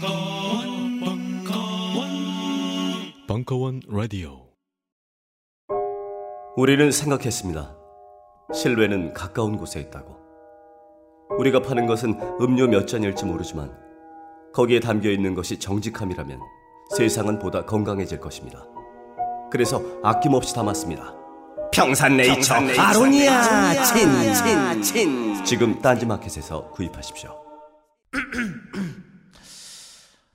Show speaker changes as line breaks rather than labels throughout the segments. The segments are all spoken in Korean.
벙커원, 벙커원,
벙커원 라디오.
우리는 생각했습니다. 실외는 가까운 곳에 있다고. 우리가 파는 것은 음료 몇 잔일지 모르지만 거기에 담겨 있는 것이 정직함이라면 세상은 보다 건강해질 것입니다. 그래서 아낌없이 담았습니다. 평산네이처 아로니아 진진진 지금 딴지마켓에서 구입하십시오.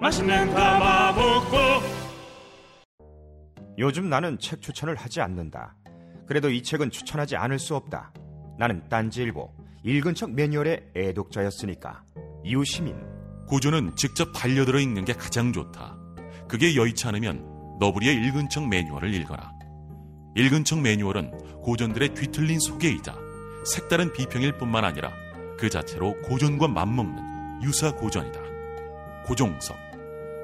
맛있는 가마 먹고
요즘 나는 책 추천을 하지 않는다. 그래도 이 책은 추천하지 않을 수 없다. 나는 딴지일보 읽은 척 매뉴얼의 애독자였으니까. 이웃시민
고전은 직접 반려들어 읽는 게 가장 좋다. 그게 여의치 않으면 너부리의 읽은 척 매뉴얼을 읽어라. 읽은 척 매뉴얼은 고전들의 뒤틀린 소개이자 색다른 비평일 뿐만 아니라 그 자체로 고전과 맞먹는 유사 고전이다. 고종석,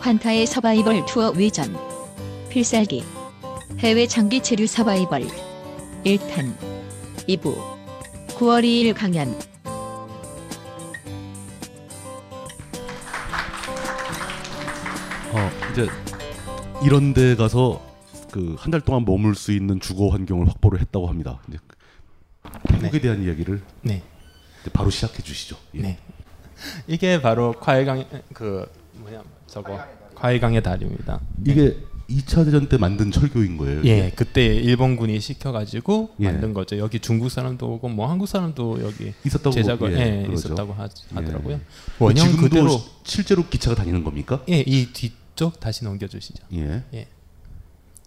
환타의 서바이벌 투어 외전 필살기 해외 장기 체류 서바이벌 1탄 2부 9월 2일 강연
어, 이제 이런 데 가서 그 한 달 동안 머물 수 있는 주거 환경을 확보를 했다고 합니다. 이제 태국에 대한 이야기를
네.
이제 바로 시작해 주시죠. 예.
네. 이게 바로 과외강 그 뭐냐 저거 과외강의 다리입니다. 네.
이게 2차 대전 때 만든 철교인 거예요.
예, 그때 일본군이 시켜가지고
예.
만든 거죠. 여기 중국 사람도 오고 뭐 한국 사람도 여기
있었다고
제작을
예,
예,
그러죠.
있었다고 하,
예.
더라고요
그
원형
지금도
그대로
시- 실제로 기차가 다니는 겁니까?
예, 이 뒤쪽 다시 넘겨주시죠.
예.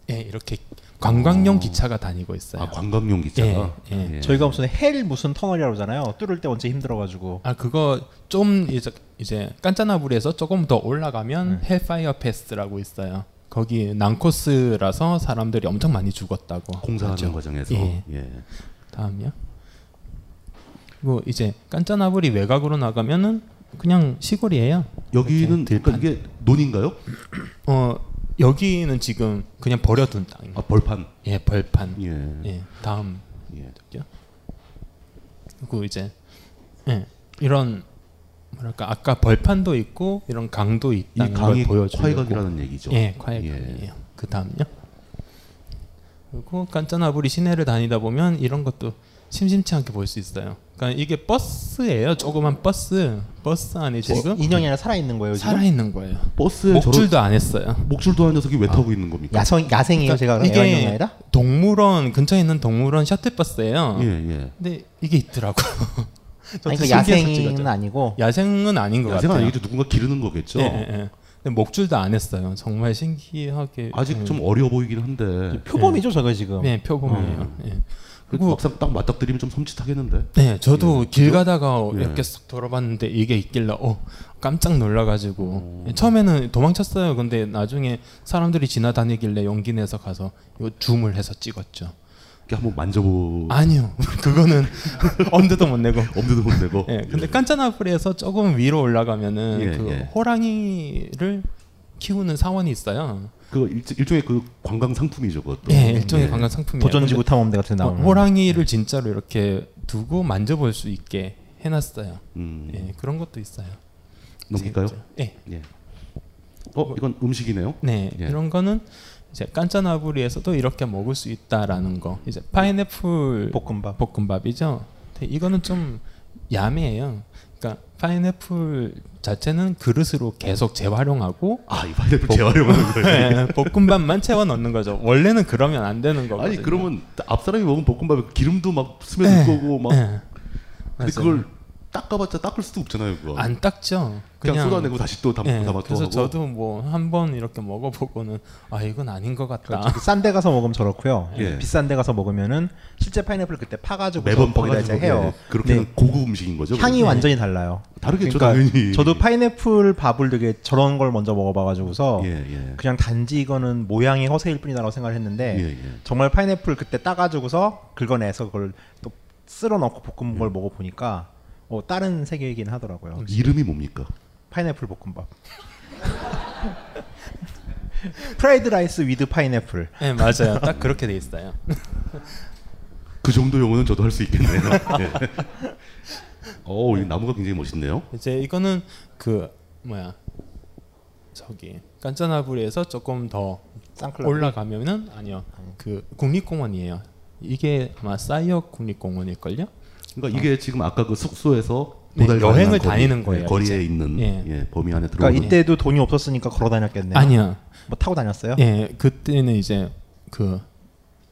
예, 이렇게 관광용
어.
기차가 다니고 있어요.
아 관광용 기차가.
예, 예.
저희가 무슨 헬 무슨 터널이라고 그러잖아요. 뚫을 때 언제 힘들어가지고.
아 그거 좀 이제 이제 깐짜나불에서 조금 더 올라가면
네.
헬파이어 패스라고 있어요. 거기 난코스라서 사람들이 엄청 많이 죽었다고.
공사하는
하죠.
과정에서
예.
예.
다음이요. 뭐 이제 깐짜나불이 외곽으로 나가면은 그냥 시골이에요.
여기는
이렇게
그러니까
들판.
이게 논인가요?
어 여기는 지금 그냥 버려둔 땅.
아 벌판.
예, 벌판.
예.
예, 다음.
예.
그리고 이제 예, 이런 뭐랄까 아까 벌판도 있고 이런 강도
이
있다는
강이
걸 보여주고.
화해각이라는 얘기죠.
예, 과외강이에요. 그 다음요. 그리고 깐짜나부리 시내를 다니다 보면 이런 것도 심심치 않게 볼 수 있어요. 그러니까 이게 버스예요. 조그만 버스. 버스 안에 지금
인형이 아니라 살아있는 거예요. 지금?
살아있는 거예요.
버스에 뭐, 아. 저런
목줄도 안 했어요.
목줄도 한 녀석이 왜 타고 있는 겁니까?
야성 야생이에요. 제가 그럼 애완용이
그러니까 이게
아니라.
동물원 근처에 있는 동물원 셔틀버스예요.
예, 예.
아. 근데 이게 있더라고. 요
아니 그 야생은 아니고.
야생은 아닌 것
야생은
같아요.
아니겠죠. 누군가 기르는 거겠죠.
예, 예, 예. 근데 목줄도 안 했어요. 정말 신기하게
아직
예.
좀 어려 보이긴 한데 예.
표범이죠 저거 지금.
네,
어.
표범이에요. 예.
그래도 막상 딱 맞닥뜨리면 좀 섬찟하겠는데.
네, 저도
예,
길
그죠?
가다가
예.
이렇게 쓱 돌아봤는데 이게 있길래 어 깜짝 놀라가지고 처음에는 도망쳤어요. 근데 나중에 사람들이 지나다니길래 용기 내서 가서 이거 줌을 해서 찍었죠.
가볍게 한번 만져보
아니요. 그거는 엄두도 못 내고.
엄두도 못 내고.
예. 근데 깐짜나풀에서 조금 위로 올라가면은
예,
그
예.
호랑이를 키우는 사원이 있어요.
그 일, 종의그 관광 상품이죠 그것도.
예, 일종의 관광 상품이에요.
도전지구
근데
탐험대 같은 데 예.
어,
나오는
호랑이를 진짜로 이렇게 두고 만져볼 수 있게 해놨어요.
음,
예, 그런 것도 있어요.
넘길까요?
진짜. 예.
예. 어 이건 음식이네요.
네,
예.
이런 거는 이제 깐짜나부리에서도 이렇게 먹을 수 있다라는 거. 이제 파인애플
볶음밥.
볶음밥이죠. 근데 이거는 좀 야매해요. 그러니까 파인애플 자체는 그릇으로 계속 재활용하고
아이
어.
파인애플 재활용하는 거예요.
예, 볶음밥만 채워 넣는 거죠. 원래는 그러면 안 되는 거거든요.
아니 그러면 앞 사람이 먹은 볶음밥에 그 기름도 막
예,
스며들 거고 막
예.
근데
맞아요.
그걸 닦아봤자 닦을 수도 없잖아요 그거.
안 닦죠.
그냥, 쏟아내고 다시 또 담,
예,
담아 또
그래서
하고.
저도 뭐 한 번 이렇게 먹어보고는 아 이건 아닌 것 같다.
그렇죠. 그 싼데 가서 먹으면 저렇고요. 그
예.
비싼데 가서 먹으면은 실제 파인애플 그때 파가지고
매번
거기다
뻑가지고 예.
이제 해요.
그렇게는
네.
고급 음식인 거죠.
향이
그러면?
완전히 달라요. 그러니까
다르겠죠 당연히.
저도 파인애플 밥을 되게 저런 걸 먼저 먹어봐가지고서
예 예.
그냥 단지 이거는 모양이 허세일 뿐이다라고 생각을 했는데
예, 예.
정말 파인애플 그때 따가지고서 긁어내서 그걸 또 쓸어 넣고 볶은 걸 먹어보니까 어, 다른 세계이긴 하더라고요.
이름이 뭡니까?
파인애플 볶음밥. 프라이드 라이스 위드 파인애플.
네 맞아요. 딱 그렇게 돼 있어요.
그 정도 용어는 저도 할 수 있겠네요. 예. 어우 이 나무가 굉장히 멋있네요.
이제 이거는 그 뭐야 저기 깐짜나부리에서 조금 더
쌍클라.
올라가면은 아니요 그 국립공원이에요. 이게 아마 사이어 국립공원일걸요?
그러니까 이게 지금 아까 그 숙소에서
네,
도달 가능한
여행을
거리,
다니는 거예요,
예, 거리에
이제.
있는
예.
예. 범위 안에 들어오는.
그러니까 이때도 돈이 없었으니까 걸어 다녔겠네요.
아니요.
뭐 타고 다녔어요?
예 그때는 이제 그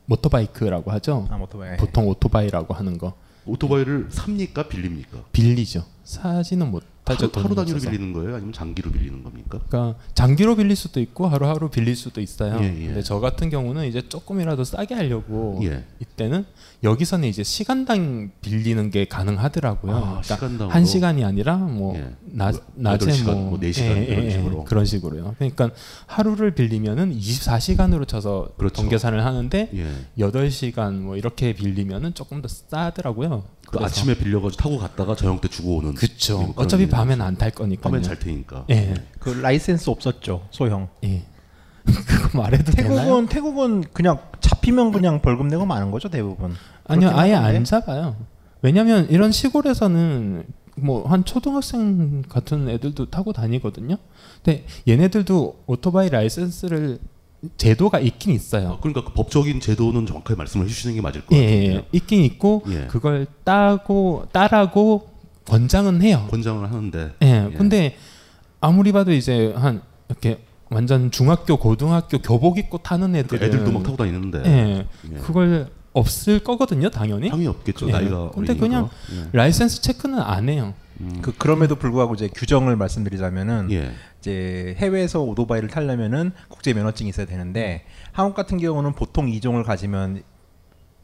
모터바이크라고 하죠.
아, 오토바이.
보통 오토바이라고 하는 거
오토바이를 삽니까 빌립니까?
빌리죠. 사지는 못 타죠.
하루,
돈이
하루 단위로
없어서.
빌리는 거예요? 아니면 장기로 빌리는 겁니까?
그러니까 장기로 빌릴 수도 있고 하루하루 빌릴 수도 있어요.
예, 예.
근데 저 같은 경우는 이제 조금이라도 싸게 하려고
예.
이때는 여기서는 이제 시간당 빌리는 게 가능하더라고요.
아, 시간당으로?
한 시간이 아니라 뭐
예.
나,
뭐,
낮에
여덟 시간,
뭐,
뭐네 시간 이런 식으로.
그런 식으로요. 그러니까 하루를 빌리면은 24시간으로 쳐서
그렇죠.
동계산을 하는데
예.
여덟 시간뭐 이렇게 빌리면은 조금 더 싸더라고요.
그 아침에 빌려가지고 타고 갔다가 저녁 때 주고 오는.
그쵸.
그런
어차피
일이죠.
밤엔 안 탈 거니까요.
밤엔 잘 테니까.
예.
그 라이센스 없었죠. 소형.
예. 그거 말해도 되나요?
태국은 태국은 그냥 잡히면 그냥 벌금 내고 마는 거죠, 대부분.
아니요
그렇긴
아예
한데.
안 잡아요. 왜냐면 이런 시골에서는 뭐 한 초등학생 같은 애들도 타고 다니거든요. 근데 얘네들도 오토바이 라이센스를 제도가 있긴
아,
있어요.
그러니까 그 법적인 제도는 정확하게 말씀을 해주시는 게 맞을 것
예,
같아요.
예, 예. 있긴 있고
예.
그걸 따고 따라고 권장은 해요.
권장을 하는데.
예,
예.
근데 아무리 봐도 이제 한 이렇게 완전 중학교 고등학교 교복 입고 타는
그
애들은
애들도 막 타고 다니는데.
예,
예.
그걸 없을 거거든요 당연히.
상이 없겠죠
예.
나이가
근데
어리니까.
그냥
네.
라이센스 체크는 안 해요.
그 그럼에도 불구하고 이제 규정을 말씀드리자면은
예. 예.
이제 해외에서 오토바이를 타려면은 국제 면허증이 있어야 되는데 한국 같은 경우는 보통 이종을 가지면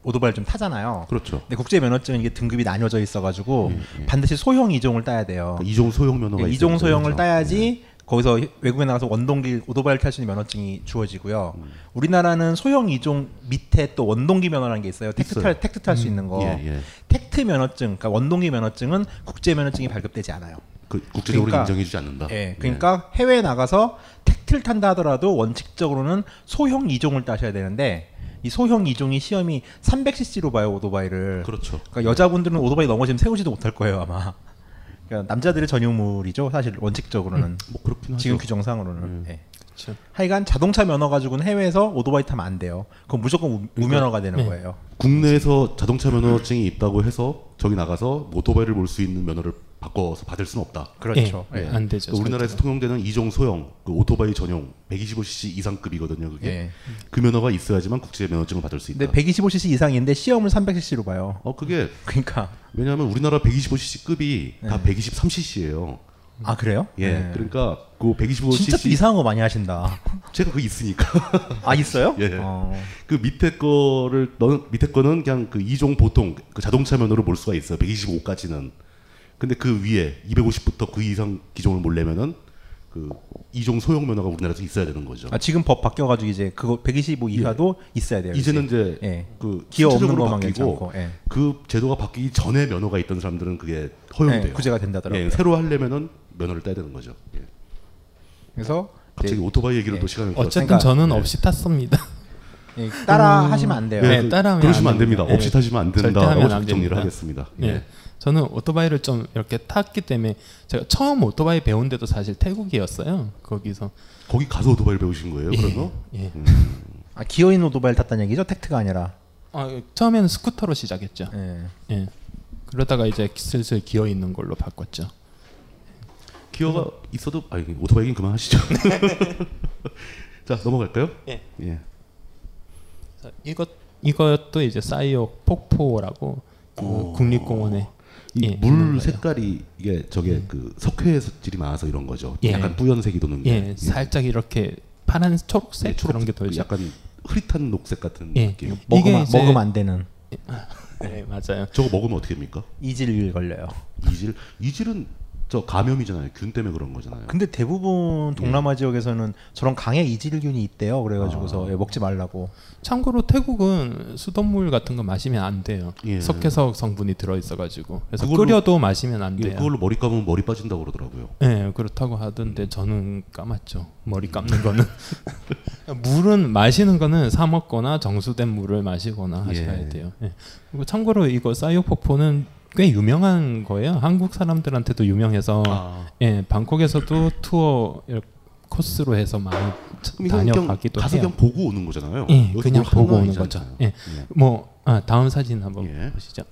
오토바이를 좀 타잖아요.
그렇죠.
근데 국제 면허증은 이게 등급이 나뉘어져 있어가지고
예, 예.
반드시 소형 이종을 따야 돼요.
그러니까 이종 소형 면허가
이종
있어야
소형을
되죠.
예.
따야지 거기서 외국에 나가서 원동기 오토바이를 탈 수 있는 면허증이 주어지고요. 우리나라는 소형 이종 밑에 또 원동기 면허라는 게 있어요. 택트
있어요.
탈 택트 탈 수 있는 거.
예, 예.
택트 면허증, 그러니까 원동기 면허증은 국제 면허증이 발급되지 않아요.
그 국제적으로
그러니까-
인정해주지 않는다.
예, 그러니까 해외에 나가서 택트를 탄다 하더라도 원칙적으로는 소형 이종을 따셔야 되는데 이 소형 이종이 시험이 300cc로 봐요 오토바이를.
예. 그렇죠.
그러니까 여자분들은 오토바이 넘어지면 세우지도 못할 거예요 아마. 그러니까 남자들의 전유물이죠 사실 원칙적으로는
뭐 그렇긴 하죠.
지금 규정상으로는. 예. 하여간 자동차 면허 가지고는 해외에서 오토바이 타면 안 돼요. 그건 무조건 우- 무면허가 되는
네.
거예요.
국내에서 자동차 면허증이 있다고 해서 저기 나가서 오토바이를 몰 수 있는 면허를 바꿔서 받을 수는 없다.
그렇죠.
예,
예.
안 되죠.
그러니까 우리나라에서 통용되는 이종 소형 그 오토바이 전용 125cc 이상급이거든요. 그게
예.
그 면허가 있어야지만 국제 면허증을 받을 수 있다.
근데 125cc 이상인데 시험을 300cc로 봐요.
어 그게
그러니까
왜냐하면 우리나라 125cc급이 다 123cc예요.
아 그래요?
예,
네.
그러니까 그
진짜
125cc
또 이상한 거 많이 하신다.
제가 그거 있으니까
아 있어요?
예.
어.
그 밑에 거를 너는 밑에 거는 그냥 그 이종 보통 그 자동차 면허로 몰 수가 있어요. 125까지는. 근데 그 위에 250부터 그 이상 기종을 몰려면은 그 이종 소형 면허가 우리나라에서 있어야 되는 거죠.
아, 지금 법 바뀌어가지고 이제 그거 125 이하도 있어야 돼요.
이제는 이제
예.
그
기어 없는
신체적으로
것만
바뀌고
괜찮고, 예.
그 제도가 바뀌기 전에 면허가 있던 사람들은 그게 허용돼요.
예, 구제가 된다더라고요.
예, 새로 하려면은 면허를 따야 되는 거죠. 예.
그래서
갑자기
이제
오토바이 얘기를 또 시간을
어쨌든
그러니까-
저는 없이 탔습니다.
예, 따라 하시면 안 돼요.
네,
네,
그-
따라하면
그러시면
안
안 됩니다.
됩니다.
없이
예.
타시면 안
절대
된다라고
하면 안
정리를
됩니다.
하겠습니다.
예. 저는 오토바이를 좀 이렇게 탔기 때문에 제가 처음 오토바이 배운 데도 사실 태국이었어요. 거기서
거기 가서 오토바이를 배우신 거예요? 음. 그래서
예.
아, 기어인 오토바이를 탔다는 얘기죠? 택트가 아니라.
아, 처음에는 스쿠터로 시작했죠.
예.
예. 그러다가 이제 슬슬 기어 있는 걸로 바꿨죠.
기어가 있어도 아 오토바이긴 그만하시죠. 자 넘어갈까요?
예.
예.
그래서 이것 이것도 이제 사이오 폭포라고 그 국립공원에 예,
이
있는
물
거예요.
색깔이 이게 저게 그 석회질이 많아서 이런 거죠.
예.
약간 뿌연색이 도는 게.
예, 살짝 이렇게 파란 초록색
예,
그런 게
초록색,
돌죠.
약간 흐릿한 녹색 같은
예.
느낌. 뭐,
먹으면,
이제-
먹으면 안 되는
네, 맞아요.
저거 먹으면 어떻게 됩니까?
이질 걸려요.
이질 이질은 저 감염이잖아요. 균 때문에 그런 거잖아요.
근데 대부분 동남아 지역에서는 저런 강에 이질균이 있대요. 그래가지고서 예, 먹지 말라고.
참고로 태국은 수돗물 같은 거 마시면 안 돼요.
예.
석회석 성분이 들어 있어 가지고. 그래서
그걸로-
끓여도 마시면 안
예,
돼요.
그걸로 머리 감으면 머리 빠진다고 그러더라고요.
예, 그렇다고 하던데 저는 까맣죠. 머리 감는 거는 물은 마시는 거는 사 먹거나 정수된 물을 마시거나 하셔야
예.
돼요. 예. 그리고 참고로 이거 사이오폭포는 꽤 유명한 거예요. 한국 사람들한테도 유명해서
아.
예, 방콕에서도 투어 코스로 해서 많이
그럼 이건 그냥
다녀가기도
가서
해요.
그냥 보고 오는 거잖아요.
예,
여기서
그냥
뭘 하는
보고
건
오는
아니잖아요.
거죠. 예. 뭐 아, 다음 사진 한번
예.
보시죠.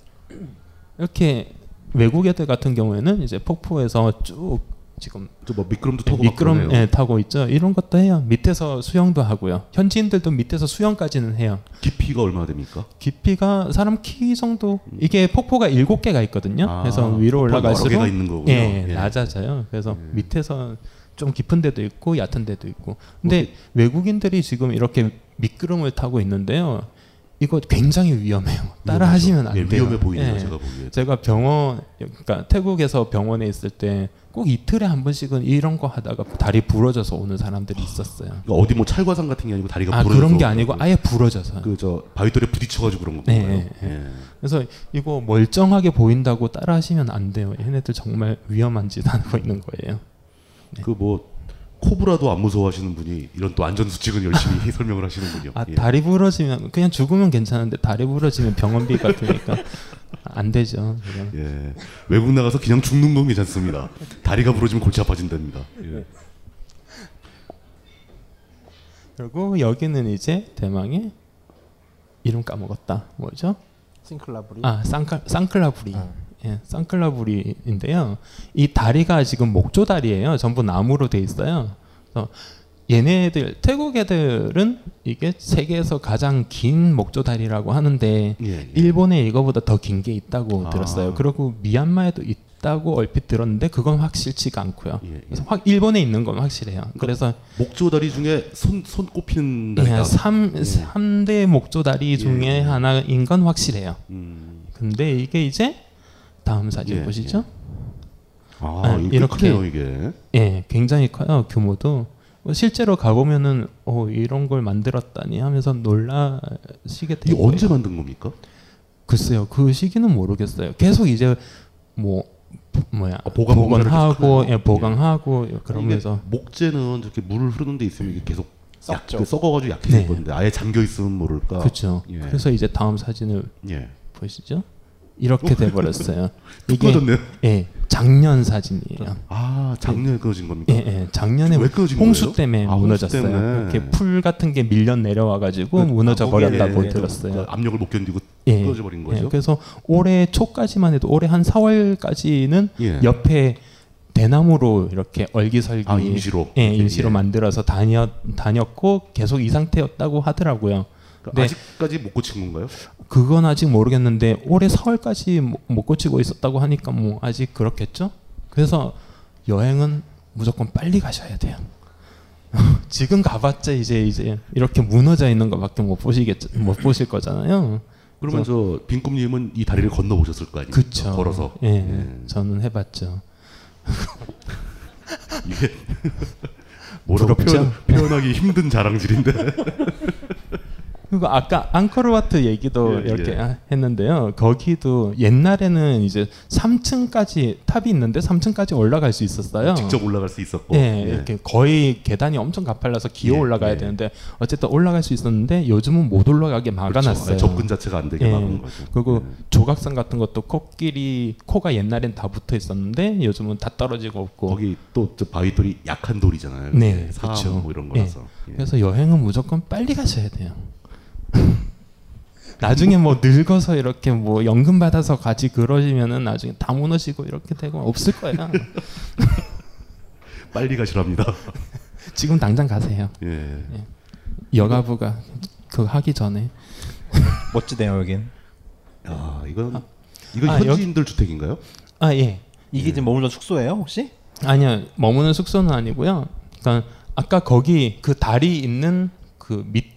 이렇게 외국 애들 같은 경우에는 이제 폭포에서 쭉 지금
저뭐 미끄럼도 타고
미끄럼
막
예,
그러네요.
타고 있죠. 이런 것도 해요. 밑에서 수영도 하고요. 현지인들도 밑에서 수영까지는 해요.
깊이가 얼마나 됩니까?
깊이가 사람 키 정도 이게 폭포가 일곱 개가 있거든요.
아,
그래서 위로
폭포가 여러
올라갈수록
개가 있는 거군요.
예,
예.
낮아져요. 그래서 밑에서 좀 깊은 데도 있고 얕은 데도 있고. 근데
뭐그
외국인들이 지금 이렇게 미끄럼을 타고 있는데요. 이거 굉장히 위험해요. 따라 하시면 안
예,
돼요.
위험해 보이네요.
예.
제가 보기에.
제가 병원 그러니까 태국에서 병원에 있을 때 꼭 이틀에 한 번씩은 이런 거 하다가 다리 부러져서 오는 사람들이 있었어요.
그러니까 어디 뭐 찰과상 같은 게 아니고 다리가
아
부러져서
그런 게 아니고 아예 부러져서. 요
그저 바위돌에 부딪혀가지고 그런 거
네,
보나요?
예,
예.
그래서 이거 멀쩡하게 보인다고 따라하시면 안 돼요. 얘네들 정말 위험한 짓 하고 있는 거예요. 네.
그 뭐 코브라도 안 무서워하시는 분이 이런 또 안전 수칙은 열심히 설명을 하시는군요.
아
예.
다리 부러지면 그냥 죽으면 괜찮은데 다리 부러지면 병원비가 드니까 안 되죠. 그냥.
예. 외국 나가서 그냥 죽는 건 괜찮습니다. 다리가 부러지면 골치 아파진답니다. 예.
그리고 여기는 이제 대망의 이름 까먹었다. 뭐죠?
싱클라브리.
아, 쌍클 쌍클라부리. 예, 쌍클라부리인데요. 이 다리가 지금 목조 다리예요. 전부 나무로 돼 있어요. 그래서 얘네들 태국 애들은 이게 세계에서 가장 긴 목조 다리라고 하는데
예, 예.
네. 일본에 이거보다 더 긴 게 있다고
아.
들었어요. 그리고 미얀마에도 있다고 얼핏 들었는데 그건 확실치가 않고요.
예, 예.
그래서 확 일본에 있는 건 확실해요. 그러니까 그래서
목조 다리 중에 손손 꼽히는 다리가.
예, 삼
예.
삼대 목조 다리 중에
예.
하나인 건 확실해요.
음.
근데 이게 이제 다음 사진
예,
보시죠.
아,
네,
이게
이렇게.
크네요 이게.
예. 굉장히 커요 규모도. 뭐 실제로 가보면은 어 이런 걸 만들었다니 하면서 놀라시게
이게
돼요.
언제 만든 겁니까?
글쎄요 그 시기는 모르겠어요. 계속 이제 뭐 뭐야
아, 보강 공사를
하고
계속하나요?
예, 보강하고 그러면서
이게 목재는 저렇게 물을 흐르는 데 있으면 이게 계속 약, 그
썩죠.
썩어가지고 약해질
네.
건데 아예 잠겨 있으면 모를까.
그렇죠.
예.
그래서 이제 다음 사진을
예.
보시죠. 이렇게 돼 버렸어요.
끊어졌네요.
예 작년 사진이에요.
아 작년에 끊어진 겁니까?
예, 예. 작년에
왜 끊어진
홍수
거예요?
때문에
아, 홍수
무너졌어요.
때문에.
이렇게 풀 같은 게 밀려 내려와 가지고 무너져 버렸다고
그 예, 예.
들었어요.
그러니까 압력을 못 견디고 끊어져 버린
예,
거죠.
그래서 올해 초까지만 해도 올해 한 4월까지는
예.
옆에 대나무로 이렇게 얼기설기
아, 임시로.
예, 임시로
예.
만들어서 다녔 다녔고 계속 이 상태였다고 하더라고요.
그러니까
네.
아직까지 못 고친 건가요?
그건 아직 모르겠는데 올해 4월까지 못- 못 고치고 있었다고 하니까 뭐 아직 그렇겠죠. 그래서 여행은 무조건 빨리 가셔야 돼요. 지금 가봤자 이제 이제 이렇게 무너져 있는 것밖에 못 보시겠 못 보실 거잖아요.
그러면 저 빈꿈님은 이 다리를 건너
예,
보셨을 거 아니에요?
그쵸.
걸어서.
예, 저는 해봤죠.
이게 뭐라고
부럽죠?
표현, 표현하기 힘든 자랑질인데
그리고 아까 앙코르와트 얘기도
예,
이렇게
예.
아, 했는데요. 거기도 옛날에는 이제 3층까지 탑이 있는데 3층까지 올라갈 수 있었어요.
직접 올라갈 수 있었고
예,
예.
이렇게 거의 계단이 엄청 가팔라서 기어
예,
올라가야
예.
되는데 어쨌든 올라갈 수 있었는데 요즘은 못 올라가게
그렇죠.
막아놨어요.
접근 자체가 안 되게
예.
막은 거죠.
그리고 조각상 같은 것도 코끼리 코가 옛날엔 다 붙어 있었는데 요즘은 다 떨어지고 없고
거기 또저 바위 돌이 약한 돌이잖아요.
네,
사암
그렇죠.
뭐 이런 거라서. 예.
그래서 여행은 무조건 빨리 가셔야 돼요. 나중에 뭐 늙어서 이렇게 뭐 연금 받아서 같이 그러시면은 나중에 다 무너지고 이렇게 되고 없을 거야.
빨리 가시랍니다.
지금 당장 가세요.
예.
여가부가 그 하기 전에
멋지네요 여긴.
아 이건 이건
아,
현지인들 주택인가요?
아 예.
이게 지금 머물던 숙소예요 혹시?
아니요 머무는 숙소는 아니고요. 그러니까 아까 거기 그 다리 있는 그 밑쪽이에요.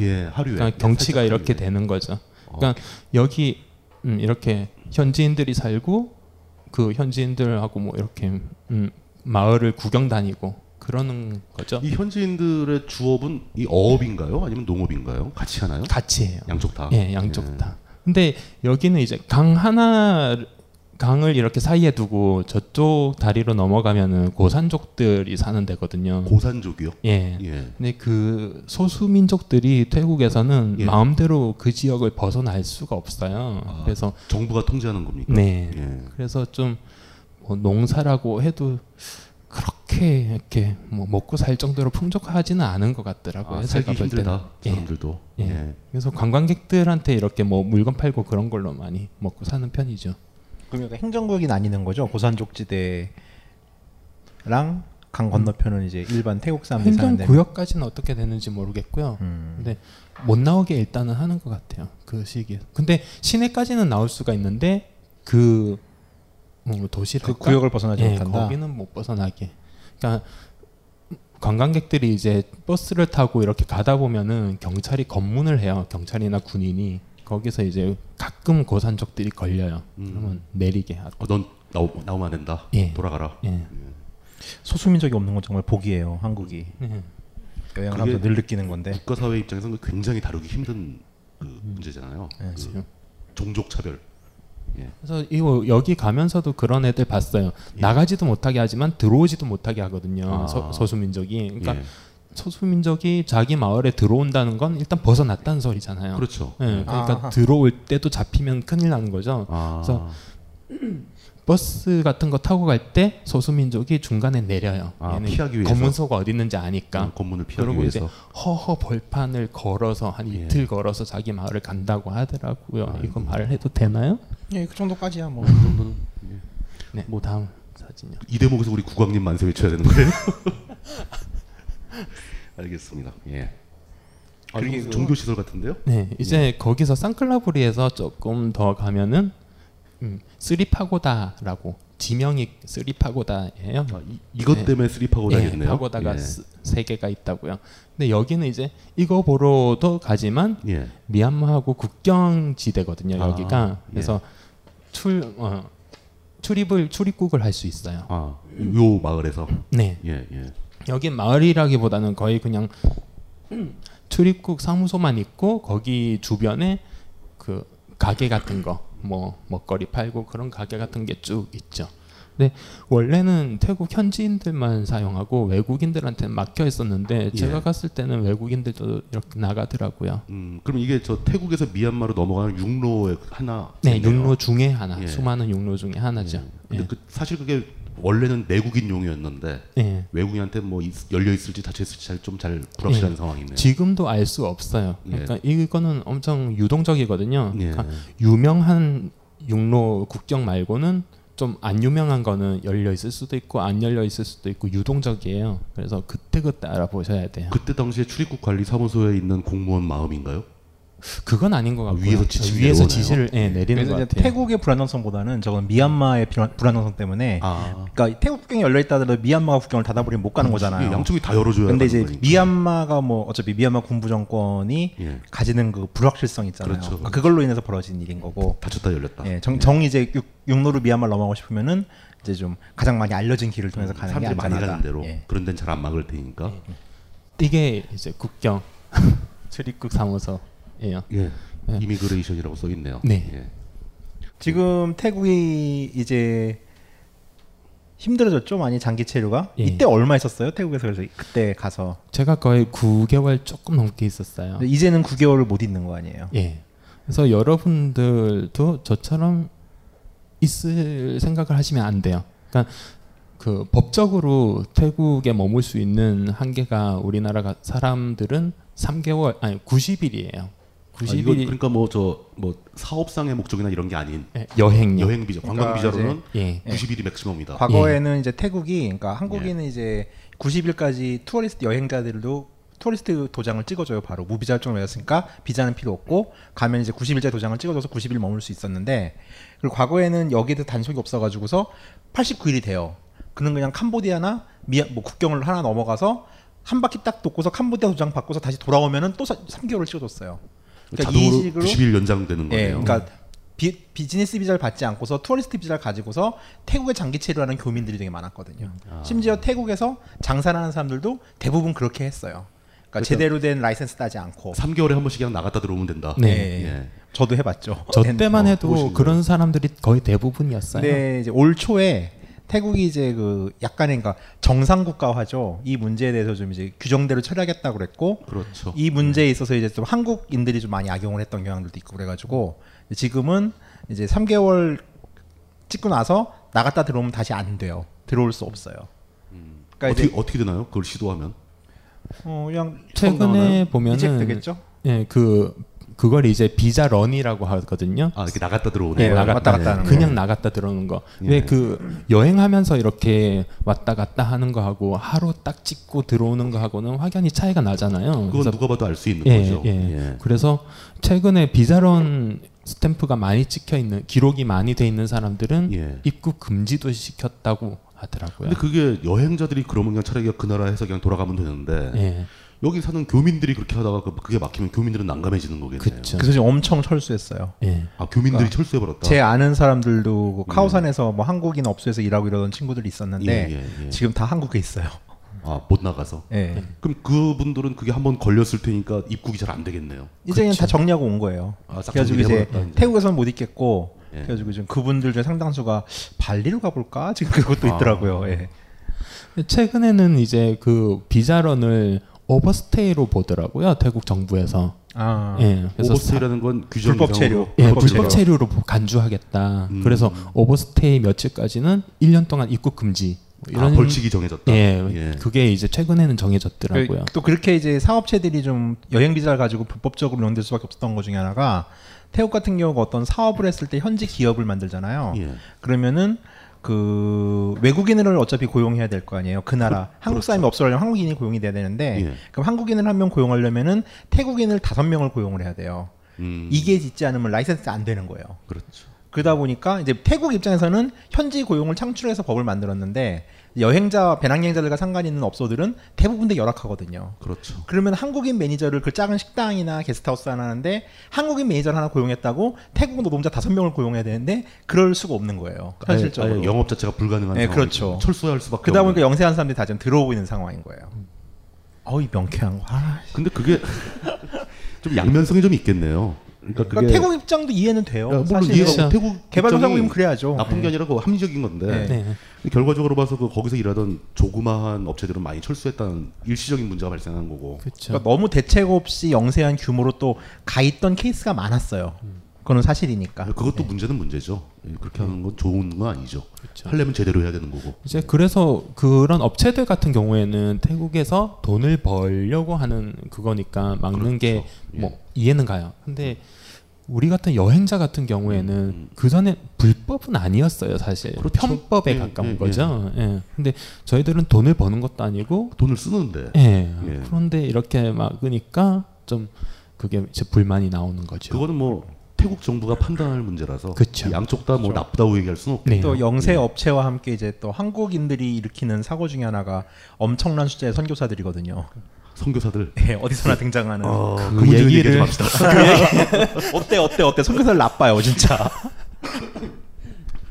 예, 하루에
그러니까 경치가
살짝 예. 어.
이렇게
하루에.
되는 거죠. 그러니까 여기 음, 이렇게 현지인들이 살고 그 현지인들하고 뭐 이렇게 음, 마을을 구경 다니고 그러는 거죠.
이 현지인들의 주업은 이 어업인가요? 아니면 농업인가요? 같이 하나요?
같이 해요.
양쪽 다.
예, 양쪽 다. 근데 여기는 이제 강 하나 강을 이렇게 사이에 두고 저쪽 다리로 넘어가면은 고산족들이 사는 데거든요.
고산족이요.
예.
예.
근데 그 소수 민족들이 태국에서는
예.
마음대로 그 지역을 벗어날 수가 없어요.
아,
그래서
정부가 통제하는 겁니까?
네.
예.
그래서 좀 뭐 농사라고 해도 그렇게 이렇게 뭐 먹고 살 정도로 풍족하지는 않은 것 같더라고요.
아,
제가
살기
볼 때는.
힘들다.
예.
사람들도.
예.
예.
그래서 관광객들한테 이렇게 뭐 물건 팔고 그런 걸로 많이 먹고 사는 편이죠.
그럼 약간 그러니까 행정구역이 나뉘는 거죠. 고산족지대랑 강 건너편은 이제 일반 태국 사람들이
행정
사는 데.
구역까지는 네, 어떻게 되는지 모르겠고요.
음.
근데 못 나오게 일단은 하는 것 같아요. 그 시기에. 근데 시내까지는 나올 수가 있는데 그 음, 도시랄까?
그 구역을 벗어나지
예,
못한다.
거기는 못 벗어나게. 그러니까 관광객들이 이제 버스를 타고 이렇게 가다 보면은 경찰이 검문을 해요. 경찰이나 군인이 거기서 이제 가끔 고산족들이 걸려요.
음.
그러면 내리게 하고.
어, 넌 나오, 나오면 안 된다.
예.
돌아가라.
예.
소수민족이 없는 건 정말 복이에요. 한국이
네.
여행을
그게-
하면서 늘 느끼는 건데.
국가 사회 입장에서는 굉장히 다루기 힘든 그
음.
문제잖아요.
네,
그 종족 차별.
그래서 이거 여기 가면서도 그런 애들 봤어요. 나가지도 못하게 하지만 들어오지도 못하게 하거든요.
예. 아.
소, 수민족이 그러니까
예.
소수민족이 자기 마을에 들어온다는 건 일단 벗어났다는 소리잖아요.
그렇죠.
예, 그러니까
아하.
들어올 때도 잡히면 큰일 나는 거죠.
아,
그래서 버스 같은 거 타고 갈 때 소수민족이 중간에 내려요.
아,
얘는
피하기 위해서.
검문소가 어디 있는지 아니까.
그 건문을 피하기
그러고 이제
위해서.
허허 벌판을 걸어서 한
예.
이틀 걸어서 자기 마을을 간다고 하더라고요. 이거 말을 해도 되나요?
예, 그 정도까지야 뭐.
네, 뭐 다음 사진요.
이 대목에서 우리 국왕님 만세 외쳐야 되는 거예요? 알겠습니다. 예. 아, 이거 무슨 종교 시설 같은데요?
네, 이제
예.
거기서 산클라브리에서 조금 더 가면은 음, 쓰리파고다라고 지명이 쓰리파고다예요.
아, 이, 이것
네.
때문에 쓰리 파고다겠네요.
예, 파고다가
예.
스- 세 개가 있다고요. 근데 여기는 이제 이거 보러도 가지만
예.
미얀마하고 국경 지대거든요.
아,
여기가
예.
그래서 출 어, 출입을 출입국을 할 수 있어요.
아, 요 마을에서.
음. 네,
예, 예.
여기 마을이라기보다는 거의 그냥 출입국 사무소만 있고 거기 주변에 그 가게 같은 거 뭐 먹거리 팔고 그런 가게 같은 게 쭉 있죠. 근데 원래는 태국 현지인들만 사용하고 외국인들한테 막혀 있었는데 예,
예.
제가 갔을 때는 외국인들도 이렇게 나가더라고요.
음, 그럼 이게 저 태국에서 미얀마로 넘어가는 육로의 하나.
네,
있네요.
육로 중에 하나,
예.
수많은 육로 중에 하나죠.
근데 그 사실 그게 원래는 내국인 용이었는데
예. 예.
외국인한테 뭐 있- 열려 있을지 닫혀 있을지 잘 좀 잘 불확실한
예.
상황이네요.
지금도 알 수 없어요.
예.
그러니까 이거는 엄청 유동적이거든요.
예.
그러니까 유명한 육로 국경 말고는 좀 안 유명한 거는 열려 있을 수도 있고 안 열려 있을 수도 있고 유동적이에요. 그래서 그때 그때 알아보셔야 돼요.
그때 당시에 출입국 관리 사무소에 있는 공무원 마음인가요?
그건 아닌 것
아,
같고요.
위에서 지시를
위에서
내려오나요?
지시를 예, 내리는
그래서
것
이제
같아요.
태국의 불안정성보다는 저건 미얀마의 불안- 불안정성 때문에
아,
그러니까 태국 국경이 열려 있다더라도 미얀마 국경을 닫아버리면 못 가는 거잖아요.
이게 양쪽이 다 열어줘야
근데 이제
하는 거니까.
미얀마가 뭐 어차피 미얀마 군부 정권이
예.
가지는 그 불확실성 있잖아요.
그렇죠, 그렇죠.
그걸로 인해서 벌어진 일인 거고.
닫혔다 열렸다.
예, 정, 정 이제 육, 육로로 미얀마 넘어가고 싶으면은 이제 좀 가장 많이 알려진 길을 통해서 가는 게
음, 사람들이 많이
안전하다.
가는 대로
예.
그런 데는 잘 안 막을 테니까.
이게 이제 국경 출입국 사무소예요.
예.
예.
이미그레이션이라고 써 있네요.
네.
예.
지금 태국이 이제 힘들어졌죠 많이 장기 체류가
예.
이때 얼마 있었어요 태국에서 그래서 그때 가서
제가 거의 9개월 조금 넘게 있었어요.
근데 이제는 9개월을 못 있는 거 아니에요?
예. 그래서 여러분들도 저처럼 있을 생각을 하시면 안 돼요. 그러니까 그 법적으로 태국에 머물 수 있는 한계가 우리나라 가- 사람들은 3개월 아니 90일이에요.
아, 이건
90일이
그러니까 뭐 저 뭐 사업상의 목적이나 이런 게 아닌
예, 여행요.
여행 비자, 관광
그러니까
비자로는
예.
90일이 맥시멈이다. 예.
과거에는 이제 태국이 그러니까 한국인은 이제 90일까지 투어리스트 여행자들도 투어리스트 도장을 찍어줘요 바로 무비자 활동을 외웠으니까 비자는 필요 없고 가면 이제 90일째 도장을 찍어줘서 90일 머물 수 있었는데 그리고 과거에는 여기에도 단속이 없어가지고서 89일이 돼요. 그는 그냥 캄보디아나 미얀 뭐 국경을 하나 넘어가서 한 바퀴 딱 돕고서 캄보디아 도장 받고서 다시 돌아오면은 또 3개월을 찍어줬어요. 그러니까 이
자동으로
식으로-
90일 연장되는
예,
거예요.
그러니까 비, 비즈니스 비자를 받지 않고서 투어리스트 비자를 가지고서 태국에 장기 체류하는 교민들이 되게 많았거든요.
음. 아.
심지어 태국에서 장사를 하는 사람들도 대부분 그렇게 했어요. 그러니까
그렇죠.
제대로 된 라이센스 따지 않고.
3개월에 한 번씩 그냥 나갔다 들어오면 된다.
네.
뭐. 예.
예.
저도 해봤죠.
저 때만
어,
해도
보시는
그런 사람들이 거의 대부분이었어요.
근데 네, 이제 올 초에 태국이 이제 그 약간의 그러니까 정상 국가화죠. 이 문제에 대해서 좀 이제 규정대로 처리하겠다 고 그랬고
그렇죠.
이 문제에 있어서 이제 좀 한국인들이 좀 많이 악용을 했던 경향들도 있고 그래가지고 지금은 이제 3개월 찍고 나서 나갔다 들어오면 다시 안 돼요. 들어올 수 없어요. 그러니까
어떻게
이제
어떻게 되나요? 그걸 시도하면
어, 그냥
최근에
이제
보면은
되겠죠.
예, 그 그걸 이제 비자 런이라고 하거든요.
아 이렇게 나갔다 들어오는
네,
거예요?
나갔다,
왔다 갔다 하는 거.
그냥 나갔다 들어오는 거.
예.
왜 그 여행하면서 이렇게 왔다 갔다 하는 거 하고 하루 딱 찍고 들어오는 거 하고는 확연히 차이가 나잖아요.
그건 누가 봐도 알 수 있는
예,
거죠.
예. 그래서 최근에 비자론 스탬프가 많이 찍혀 있는 기록이 많이 돼 있는 사람들은
예.
입국 금지도 시켰다고 하더라고요.
근데 그게 여행자들이 그러면 그냥 차라리 그 나라에서 그냥 돌아가면 되는데
예.
여기 사는 교민들이 그렇게 하다가 그- 그게 막히면 교민들은 난감해지는 거겠네요.
그쵸.
그래서 지금 엄청 철수했어요.
예.
아 교민들이
그러니까
철수해 버렸다.
제 아는
음.
사람들도 그 카오산에서 뭐 한국인 업소에서 일하고 이러던 친구들이 있었는데
예, 예, 예.
지금 다 한국에 있어요.
아못 나가서.
예.
네.
그럼 그분들은 그게 한번 걸렸을 테니까 입국이 잘 안 되겠네요.
이제는 다 정리하고 온 거예요.
아, 싹
그래가지고 이제
정리해버렸다, 이제.
태국에서는 못 있겠고
예.
그래가지고 지금 그분들 중에 상당수가 발리로 가볼까 지금 그것도
아.
있더라고요. 예.
근데 최근에는 이제 그 비자런을 오버스테이로 보더라고요. 태국 정부에서.
아,
예. 그래서 사-
오버스테이라는 건 규정
불법 체류.
예, 불법 체류로 보- 간주하겠다.
음.
그래서 오버스테이 며칠까지는 1년 동안 입국 금지. 뭐
이런 아, 벌칙이 정해졌다.
예,
예. 그러니까.
그게 이제 최근에는
그-
정해졌더라고요.
또 그렇게 이제 사업체들이 좀 여행 비자를 가지고 불법적으로 이용될 수밖에 없었던 것 중에 하나가 태국 같은 경우가 어떤 사업을 했을 때 현지 기업을 만들잖아요.
예.
그러면은 그 외국인을 어차피 고용해야 될 거 아니에요. 그 나라 한국 사람이 없으려면 한국인이 고용이 돼야 되는데
그렇죠. 예.
그럼 한국인을 한 명 고용하려면은 태국인을 다섯 명을 고용을 해야 돼요.
음,
이게 짓지 않으면 라이센스 안 되는 거예요.
그렇죠.
그러다 보니까 이제 태국 입장에서는 현지 고용을 창출해서 법을 만들었는데 여행자 배낭여행자들과 상관 있는 업소들은 대부분 다 열악하거든요.
그렇죠.
그러면 한국인 매니저를 그 작은 식당이나 게스트하우스 하나 하는데 한국인 매니저를 하나 고용했다고 태국 노동자 다섯 명을 고용해야 되는데 그럴 수가 없는 거예요.
아예-
현실적으로.
아예 영업 자체가 불가능한
네,
상황.
그렇죠.
철수할 수밖에.
그러다
없는
보니까 영세한 사람들이 다 지금 들어오고 있는 상황인 거예요.
음.
어이 명쾌한 거. 아, 씨.
근데 그게 좀 양면성이 좀 있겠네요. 그러니까 그게
그러니까 태국 입장도 이해는 돼요.
그러니까 물론
사실
이해가
그렇죠.
태국
개발도상국이면
입장이
그래야죠.
나쁜 게 아니라 그 합리적인 건데
네.
네.
근데 결과적으로 봐서 그 거기서 일하던 조그마한 업체들은 많이 철수했다는 일시적인 문제가 발생한 거고
그렇죠.
그러니까 너무 대책 없이 영세한 규모로 또 가 있던 케이스가 많았어요. 그거는 사실이니까.
아, 네, 그것도
네.
문제는 문제죠. 예, 그렇게 하는 건 좋은 건 아니죠.
그렇죠.
하려면 제대로 해야 되는 거고.
이제 그래서 그런 업체들 같은 경우에는 태국에서 돈을 벌려고 하는 그거니까 막는
예.
게 뭐 이해는 가요. 근데 우리 같은 여행자 같은 경우에는 그 전에 불법은 아니었어요, 사실.
음, 그렇죠.
편법에
예,
가까운
예, 예.
거죠. 예. 근데 저희들은 돈을 버는 것도 아니고
돈을 쓰는데
예.
예.
그런데 이렇게 막으니까 좀
그게 이제 불만이 나오는 거죠.
그거는 뭐 태국 정부가 판단할 문제라서
그쵸.
양쪽 다 뭐 나쁘다고 얘기할 수는 없고
네.
또 영세 업체와 함께 이제 또 한국인들이 일으키는 사고 중에 하나가 엄청난 숫자의 선교사들이거든요.
선교사들
예, 어디서나 등장하는.
어,
그
그 문제
얘기를- 네.
얘기 좀 합시다.
어때 어때 어때 선교사들 나빠요 진짜.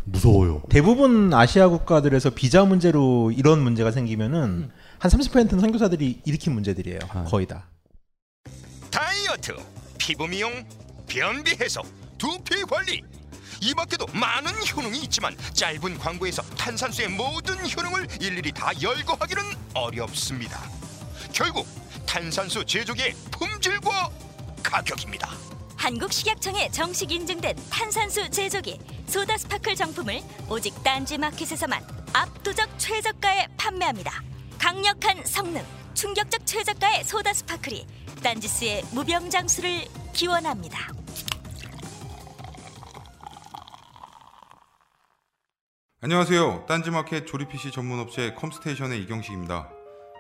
무서워요.
네.
대부분 아시아 국가들에서 비자 문제로 이런 문제가 생기면은 한 30%는 선교사들이 일으킨 문제들이에요. 거의 다.
다이어트, 피부 미용, 변비 해소, 두피 관리. 이 밖에도 많은 효능이 있지만 짧은 광고에서 탄산수의 모든 효능을 일일이 다 열거하기는 어렵습니다. 결국 탄산수 제조기의 품질과 가격입니다.
한국식약청에 정식 인증된 탄산수 제조기 소다 스파클 정품을 오직 딴지 마켓에서만 압도적 최저가에 판매합니다. 강력한 성능, 충격적 최저가의 소다 스파클이 딴지스의 무병장수를 기원합니다.
안녕하세요. 딴지마켓 조립 PC 전문 업체 컴스테이션의 이경식입니다.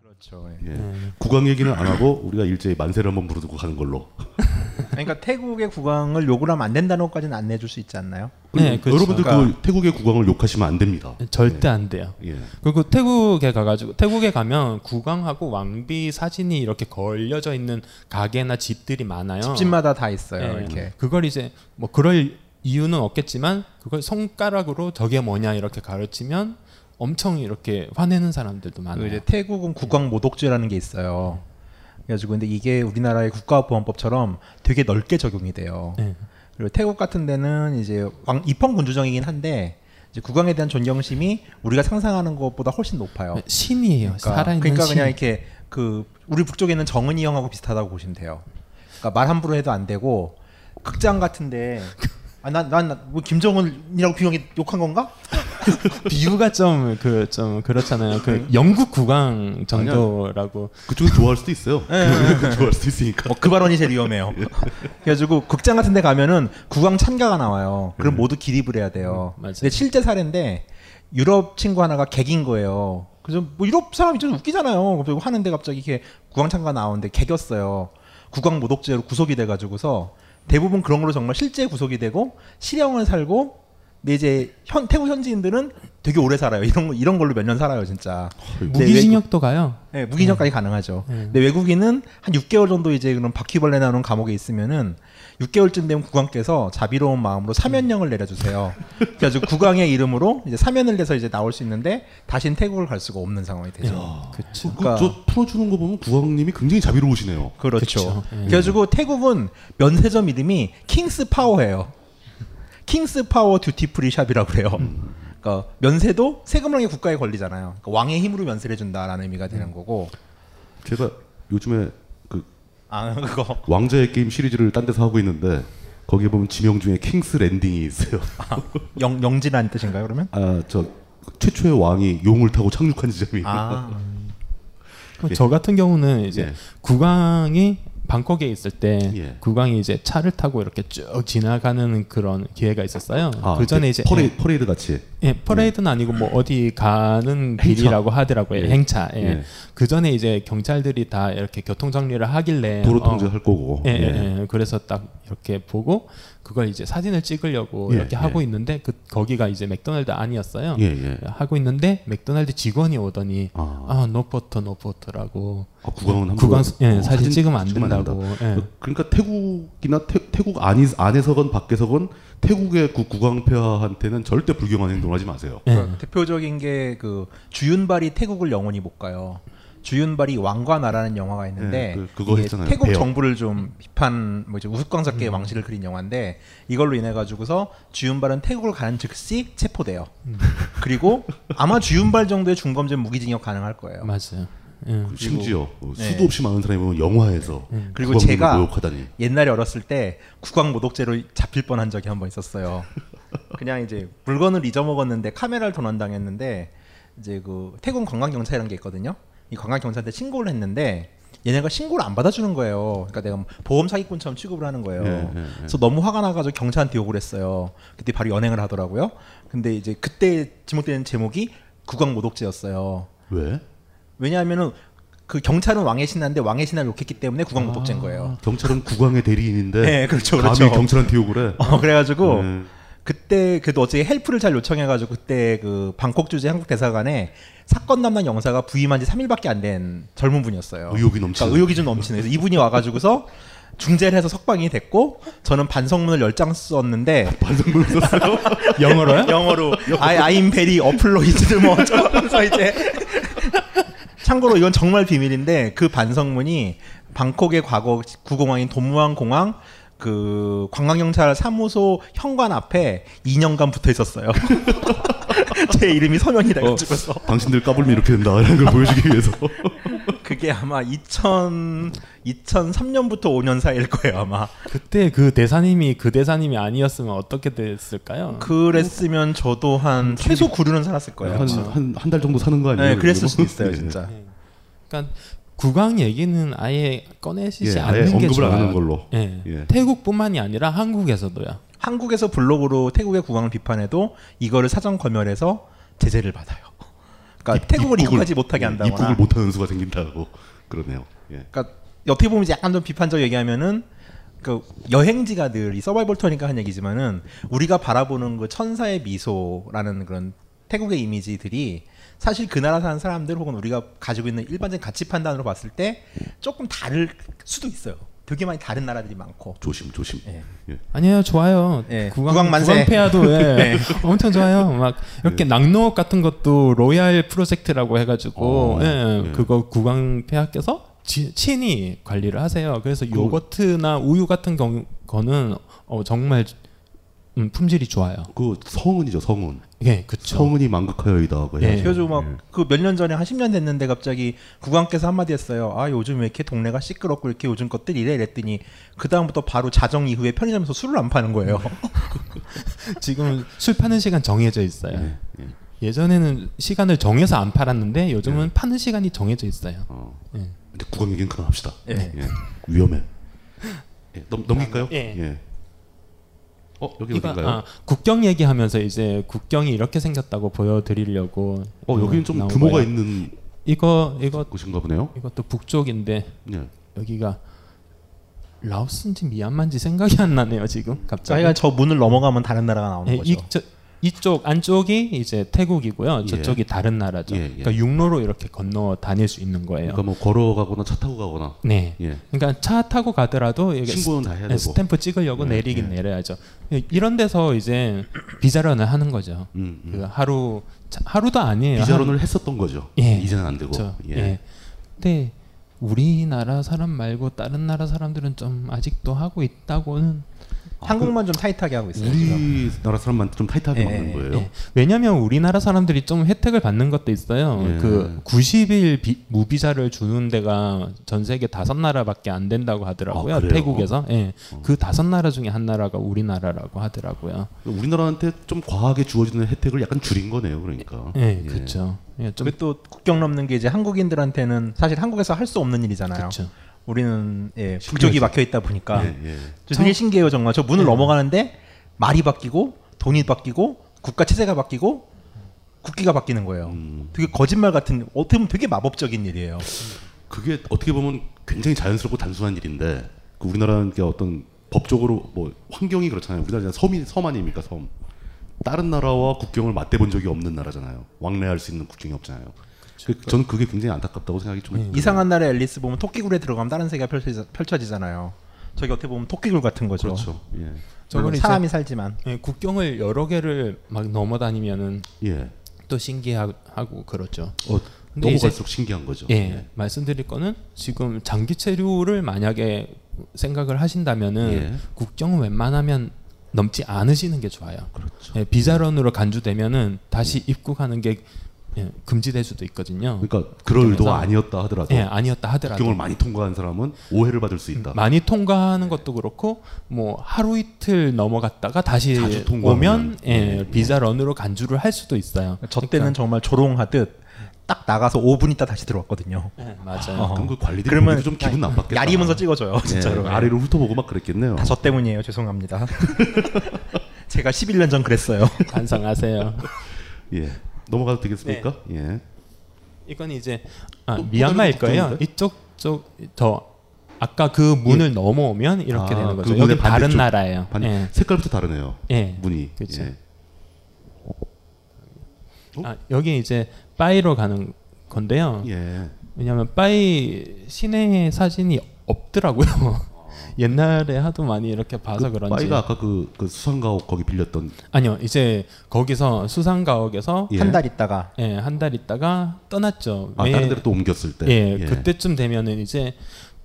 그렇죠. 예.
예. 국왕 얘기는 안 하고 우리가 일제히 만세를 한번 부르고 가는 걸로.
그러니까 태국의 국왕을 욕을 하면 안 된다는것까지는 안 내줄 수 있지 않나요?
네, 그렇죠. 네.
여러분들
그러니까-
그 태국의 국왕을 욕하시면 안 됩니다.
네.
절대 안 돼요.
예.
그리고 태국에 가가지고 태국에 가면 국왕하고 왕비 사진이 이렇게 걸려져 있는 가게나 집들이 많아요.
집집마다 다 있어요.
예.
이렇게.
그걸 이제 뭐 그럴 이유는 없겠지만 그걸 손가락으로 저게 뭐냐 이렇게 가르치면 엄청 이렇게 화내는 사람들도
그
많아요.
이제 태국은 국왕 모독죄라는 게 있어요. 그래가지고 근데 이게 우리나라의 국가보안법처럼 되게 넓게 적용이 돼요.
네.
그리고 태국 같은 데는 이제 왕 입헌 군주정이긴 한데 이제 국왕에 대한 존경심이 우리가 상상하는 것보다 훨씬 높아요.
네, 신이에요. 살아있는
그러니까
신.
그냥 이렇게 그 우리 북쪽에 있는 정은이 형하고 비슷하다고 보시면 돼요. 그러니까 말 함부로 해도 안 되고 극장 같은데 아난난뭐 김정은이라고 비용이 욕한 건가?
비유가 좀 그 좀 그렇잖아요. 그 영국 국왕 정도라고
그쪽이 좋아할 수도 있어요.
네.
좋아할 수도 있으니까.
뭐 그 발언이 제일 위험해요. 그래가지고 극장 같은 데 가면은 국왕 참가가 나와요. 그럼 모두 기립을 해야 돼요.
음. 맞아요.
근데 실제 사례인데 유럽 친구 하나가 객인 거예요. 그래서 뭐 유럽 사람이 좀 웃기잖아요. 갑자기 하는데 갑자기 이렇게 국왕 참가 나오는데 객이었어요. 국왕 모독죄로 구속이 돼가지고서 대부분 그런 걸로 정말 실제 구속이 되고 실형을 살고 근데 이제 현, 태국 현지인들은 되게 오래 살아요. 이런 거- 이런 걸로 몇 년 살아요, 진짜.
어,
근데
무기징역도 가요.
네, 무기징역까지
음.
가능하죠. 근데 외국인은 한 6개월 정도 이제 그런 바퀴벌레 나오는 감옥에 있으면은 6개월쯤 되면 국왕께서 자비로운 마음으로 사면령을 내려주세요. 그래서 국왕의 이름으로 이제 사면을 내서 이제 나올 수 있는데 다신 태국을 갈 수가 없는 상황이 되죠.
그쵸. 그러니까
그, 저 풀어주는 거 보면 국왕님이 굉장히 자비로우시네요.
그렇죠.
그쵸. 예.
그래가지고 태국은 면세점 이름이 킹스 파워예요. 킹스 파워 듀티 프리 샵이라고 그래요.
음.
그러니까 면세도 세금으로 국가의 권리잖아요. 그러니까 왕의 힘으로 면세를 준다라는 의미가 되는
음.
거고.
제가 요즘에 그
아 그거
왕자의 게임 시리즈를 딴 데서 하고 있는데 거기에 보면 지명 중에 킹스 랜딩이 있어요.
아.
영 영진한 뜻인가요 그러면?
아 저 최초의 왕이 용을 타고 착륙한 지점이.
아
그럼 저 같은 경우는 이제
예.
국왕이 방콕에 있을 때
예.
국왕이 이제 차를 타고 이렇게 쭉 지나가는 그런 기회가 있었어요.
아,
그 전에 이제
퍼레, 퍼레이드 같이.
예, 퍼레이드는 아니고 뭐 어디 가는
행차.
길이라고 하더라고요.
예.
행차. 예.
예.
그 전에 이제 경찰들이 다 이렇게 교통 정리를 하길래
도로
어,
통제할 거고.
예, 예, 예. 그래서 딱 이렇게 보고 그걸 이제 사진을 찍으려고 뭐
예,
이렇게
예.
하고 있는데 그 거기가 이제 맥도날드 아니었어요.
예, 예.
하고 있는데 맥도날드 직원이 오더니
아.
아, 노포터 노포터라고
아, 국왕은 함부로
구강 예,
어,
사진, 찍으면 안 된다고 있다고,
있습니다.
예.
그러니까 태국이나 태, 태국 안이, 안에서건 밖에서건 태국의 구, 구강폐하한테는 절대 불경한 행동을 하지 마세요.
그러니까 대표적인 게 그 주윤발이 태국을 영원히 못 가요. 주윤발이 왕과 나라는 영화가 있는데
네, 그- 그거
이게
했잖아요.
태국
배역. 음.
정부를 좀 비판 뭐 이제 우스꽝스럽게 왕실을 그린 영화인데 이걸로 인해 가지고서 주윤발은 태국을 가는 즉시 체포돼요.
음.
그리고 아마 주윤발 정도의 중범죄 무기징역 가능할 거예요.
맞아요.
그 심지어 어,
네.
수도 없이 많은 사람이 보면 영화에서
그리고
국왕들을
제가
모욕하다니.
옛날에 어렸을 때 국왕 모독죄로 잡힐 뻔한 적이 한 번 있었어요. 그냥 이제 물건을 잊어먹었는데 카메라를 도난당했는데 이제 그 태국 관광 경찰이라는 게 있거든요. 이 관광 경찰한테 신고를 했는데 얘네가 신고를 안 받아주는 거예요. 그러니까 내가 보험 사기꾼처럼 취급을 하는 거예요.
예, 예, 예.
그래서 너무 화가 나가지고 경찰한테 욕을 했어요. 그때 바로 연행을 하더라고요. 근데 이제 그때 지목되는 제목이 국왕 모독죄였어요.
왜?
왜냐하면은 그 경찰은 왕의 신하인데 왕의 신하를 욕했기 때문에
아.
국왕 모독죄인 거예요.
경찰은 국왕의 대리인인데
네, 그렇죠,
감히
그렇죠.
경찰한테 욕을 해.
어, 그래가지고
네.
그때 그도 어제 헬프를 잘 요청해가지고 그때 그 방콕 주재 한국 대사관에 사건 담당 영사가 부임한 지 3일밖에 안 된 젊은 분이었어요.
의욕이 넘치는.
그러니까 의욕이 좀 넘치는. 그래서 이분이 와가지고서 중재를 해서 석방이 됐고 저는 반성문을 10장 썼는데
반성문을 썼어요?
영어로요? 영어로 I, I'm very obliged 뭐 어쩌면서 이제 참고로 이건 정말 비밀인데 그 반성문이 방콕의 과거 구공항인 돈무항 공항 그 관광경찰 사무소 현관 앞에 2년간 붙어 있었어요. 제 이름이 서명이 돼가지고서
당신들 까불면 이렇게 된다라는 걸 보여주기 위해서.
그게 아마 2000 2003년부터 5년 사이일 거예요 아마.
그때 그 대사님이 그 대사님이 아니었으면 어떻게 됐을까요?
그랬으면 저도 한 최소 9류는 살았을 거예요.
한-
음, 아마. 그렇죠.
한- 한달 정도 사는 거 아니에요,
네,
그리고?
그랬을 수도 있어요
네.
예.
진짜.
그러니까 국왕 얘기는 아예 꺼내시지
예, 아예
않는 게
언급을
좋아요.
안 하는 걸로.
예.
예.
태국뿐만이 아니라 한국에서도요.
한국에서 블로그로 태국의 국왕을 비판해도 이거를 사전 검열해서 제재를 받아요. 그러니까 태국을
입국을-
입국하지 못하게
예,
한다거나.
입국을 못하는 수가 생긴다고 그러네요. 예.
그러니까 어떻게 보면 이제 약간 좀 비판적 얘기하면은 그 여행지가 늘 이 서바이벌 터니까 한 얘기지만은 우리가 바라보는 그 천사의 미소라는 그런 태국의 이미지들이 사실 그 나라 사는 사람들 혹은 우리가 가지고 있는 일반적인 가치 판단으로 봤을 때 조금 다를 수도 있어요. 되게 많이 다른 나라들이 많고.
조심 조심.
네.
예.
아니에요, 좋아요.
예,
국왕,
국왕 만세.
국왕패야도 예,
네.
엄청 좋아요. 막
예.
이렇게 낙농업 같은 것도 로얄 프로젝트라고 해가지고
어,
예,
예.
그거 국왕패하께서 지- 친히 관리를 하세요. 그래서 요거트나 우유 같은 경우, 거는 어, 정말 음, 품질이 좋아요.
그 성은이죠 성은.
네,
예, 그쵸.
성은이 망극하여이다고 해요.
그래서 막그 몇 년 전에 한 10년 됐는데 갑자기 국왕께서 한마디 했어요. 아 요즘 왜 이렇게 동네가 시끄럽고 이렇게 요즘 것들 이래 이랬더니 그 다음부터 바로 자정 이후에 편의점에서 술을 안 파는 거예요.
지금 술 파는 시간 정해져 있어요. 예. 전에는 시간을 정해서 안 팔았는데
예.
요즘은 파는 시간이 정해져 있어요. 예.
근데 국왕 얘기는 그만합시다.
예.
예. 위험해. 예, 넘, 넘길까요?
예.
어 여기
이거-
어딘가요?
아, 국경 얘기하면서 이제 국경이 이렇게 생겼다고 보여드리려고. 음,
어 여기는 좀
나온
규모가
거예요.
있는
이거 이거
곳인가 보네요.
이것도 북쪽인데
예.
여기가 라오스인지 미얀마인지 생각이 안 나네요 지금 갑자기.
자기가 저 문을 넘어가면 다른 나라가 나오는
예,
거죠.
이, 저, 이쪽 안쪽이 이제 태국이고요.
예.
저쪽이 다른 나라죠.
예, 예.
그러니까 육로로 이렇게 건너 다닐 수 있는 거예요.
그러니까 뭐 걸어가거나 차 타고 가거나.
네.
예.
그러니까 차 타고 가더라도 이게 네,
신고는 다 해야 되고. 네,
스탬프 찍으려고 내리긴 내려야죠. 네, 이런 데서 이제 비자런을 하는 거죠. 그 하루 차- 하루도 아니에요.
음, 비자론을
예, 한-
했었던 거죠.
예.
이제는 안 되고.
그렇죠.
예.
예. 근데 우리나라 사람 말고 다른 나라 사람들은 좀 아직도 하고 있다고는
한국만 좀 타이트하게 하고 있어요. 지금.
우리나라 사람한테 좀 타이트하게 막는 거예요.
왜냐하면 우리나라 사람들이 좀 혜택을 받는 것도 있어요.
예.
그 90일 비- 무비자를 주는 데가 전 세계 다섯 나라밖에 안 된다고 하더라고요.
아, 그래요? 어.
태국에서 예. 그 다섯 나라 중에 한 나라가 우리나라라고 하더라고요.
우리나라한테 좀 과하게 주어지는 혜택을 약간 줄인 거네요. 그러니까.
예, 그렇죠.
그리고 또 국경 넘는 게 이제 한국인들한테는 사실 한국에서 할 수 없는 일이잖아요. 우리는 예, 북쪽이 막혀 있다 보니까
예, 예.
저 되게 신기해요 정말. 저 문을 넘어가는데 말이 바뀌고 돈이 바뀌고 국가 체제가 바뀌고 국기가 바뀌는
아.
거예요.
음.
되게 거짓말 같은 어떻게 보면 되게 마법적인 일이에요.
그게 어떻게 보면 굉장히 자연스럽고 단순한 일인데 그 우리나라는 게 어떤 법적으로 뭐 환경이 그렇잖아요. 우리나라 는 섬이 섬 아닙니까 섬. 다른 나라와 국경을 맞대본 적이 없는 나라잖아요. 왕래할 수 있는 국경이 없잖아요. 그- 저는 그게 굉장히 안타깝다고 생각이 좀 들어요.
이상한 날의 앨리스 보면 토끼굴에 들어가면 다른 세계가 펼쳐지자, 잖아요 저기 어떻게 보면 토끼굴 같은 거죠.
그렇죠. 예.
물론
저거는 이제-
사람이 살지만
예, 국경을 여러 개를 막 넘어다니면은
예.
또 신기하고 그렇죠.
어,
근데
넘어갈수록 신기한 거죠.
예,
예.
말씀드릴 거는 지금 장기 체류를 만약에 생각을 하신다면은
예.
국경은 웬만하면 넘지 않으시는 게 좋아요. 그렇죠. 예, 비자론으로 간주되면은
음.
다시 입국하는 게 예, 금지될 수도 있거든요.
그러니까 그럴 의도가
국경에서.
아니었다 하더라도 그
예, 아니었다 하더라도 음,
국경을 많이 통과한 사람은 오해를 받을 수 있다.
많이
네.
통과하는 것도 그렇고 뭐 하루 이틀 넘어갔다가 다시
자주 통과하면. 네.
오면 예, 비자 런으로 간주를 할 수도 있어요.
저 때는 정말 조롱하듯 딱 나가서 5분 있다 다시 들어왔거든요.
네, 맞아요.
그럼 그 관리들이
그러면
보기도 좀 기분
야-
나빴겠다.
야리면서 네, 찍어줘요,
예,
진짜로.
아래로 훑어보고 막 그랬겠네요.
다 저 때문이에요. 죄송합니다. 제가 11년 전 그랬어요.
반성하세요.
예. 넘어가도 되겠습니까?
네.
예.
이건 이제 아,
또- 또
미얀마일
다른
거예요.
국경인데? 예.
이쪽 쪽더 아까 그 문을 넘어오면 이렇게
아,
되는 거죠.
그
여기
문의
다른
반대쪽.
나라예요.
반-
예.
색깔부터 다르네요.
예.
문이.
그렇죠.
예.
아, 여기 이제 빠이로 가는 건데요.
예.
왜냐하면 빠이 시내 사진이 없더라고요. 옛날에 하도 많이 이렇게 봐서 그, 런지
아. 빠이가 아까 그, 그 수상가옥 거기 빌렸던
아니요 이제 거기서 수상가옥에서
예. 한달
있다가
예한 달 있다가 떠났죠
아,
왜-
다른 데로 또 옮겼을 때.
네. 예,
예.
그때쯤 되면은 이제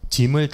짐을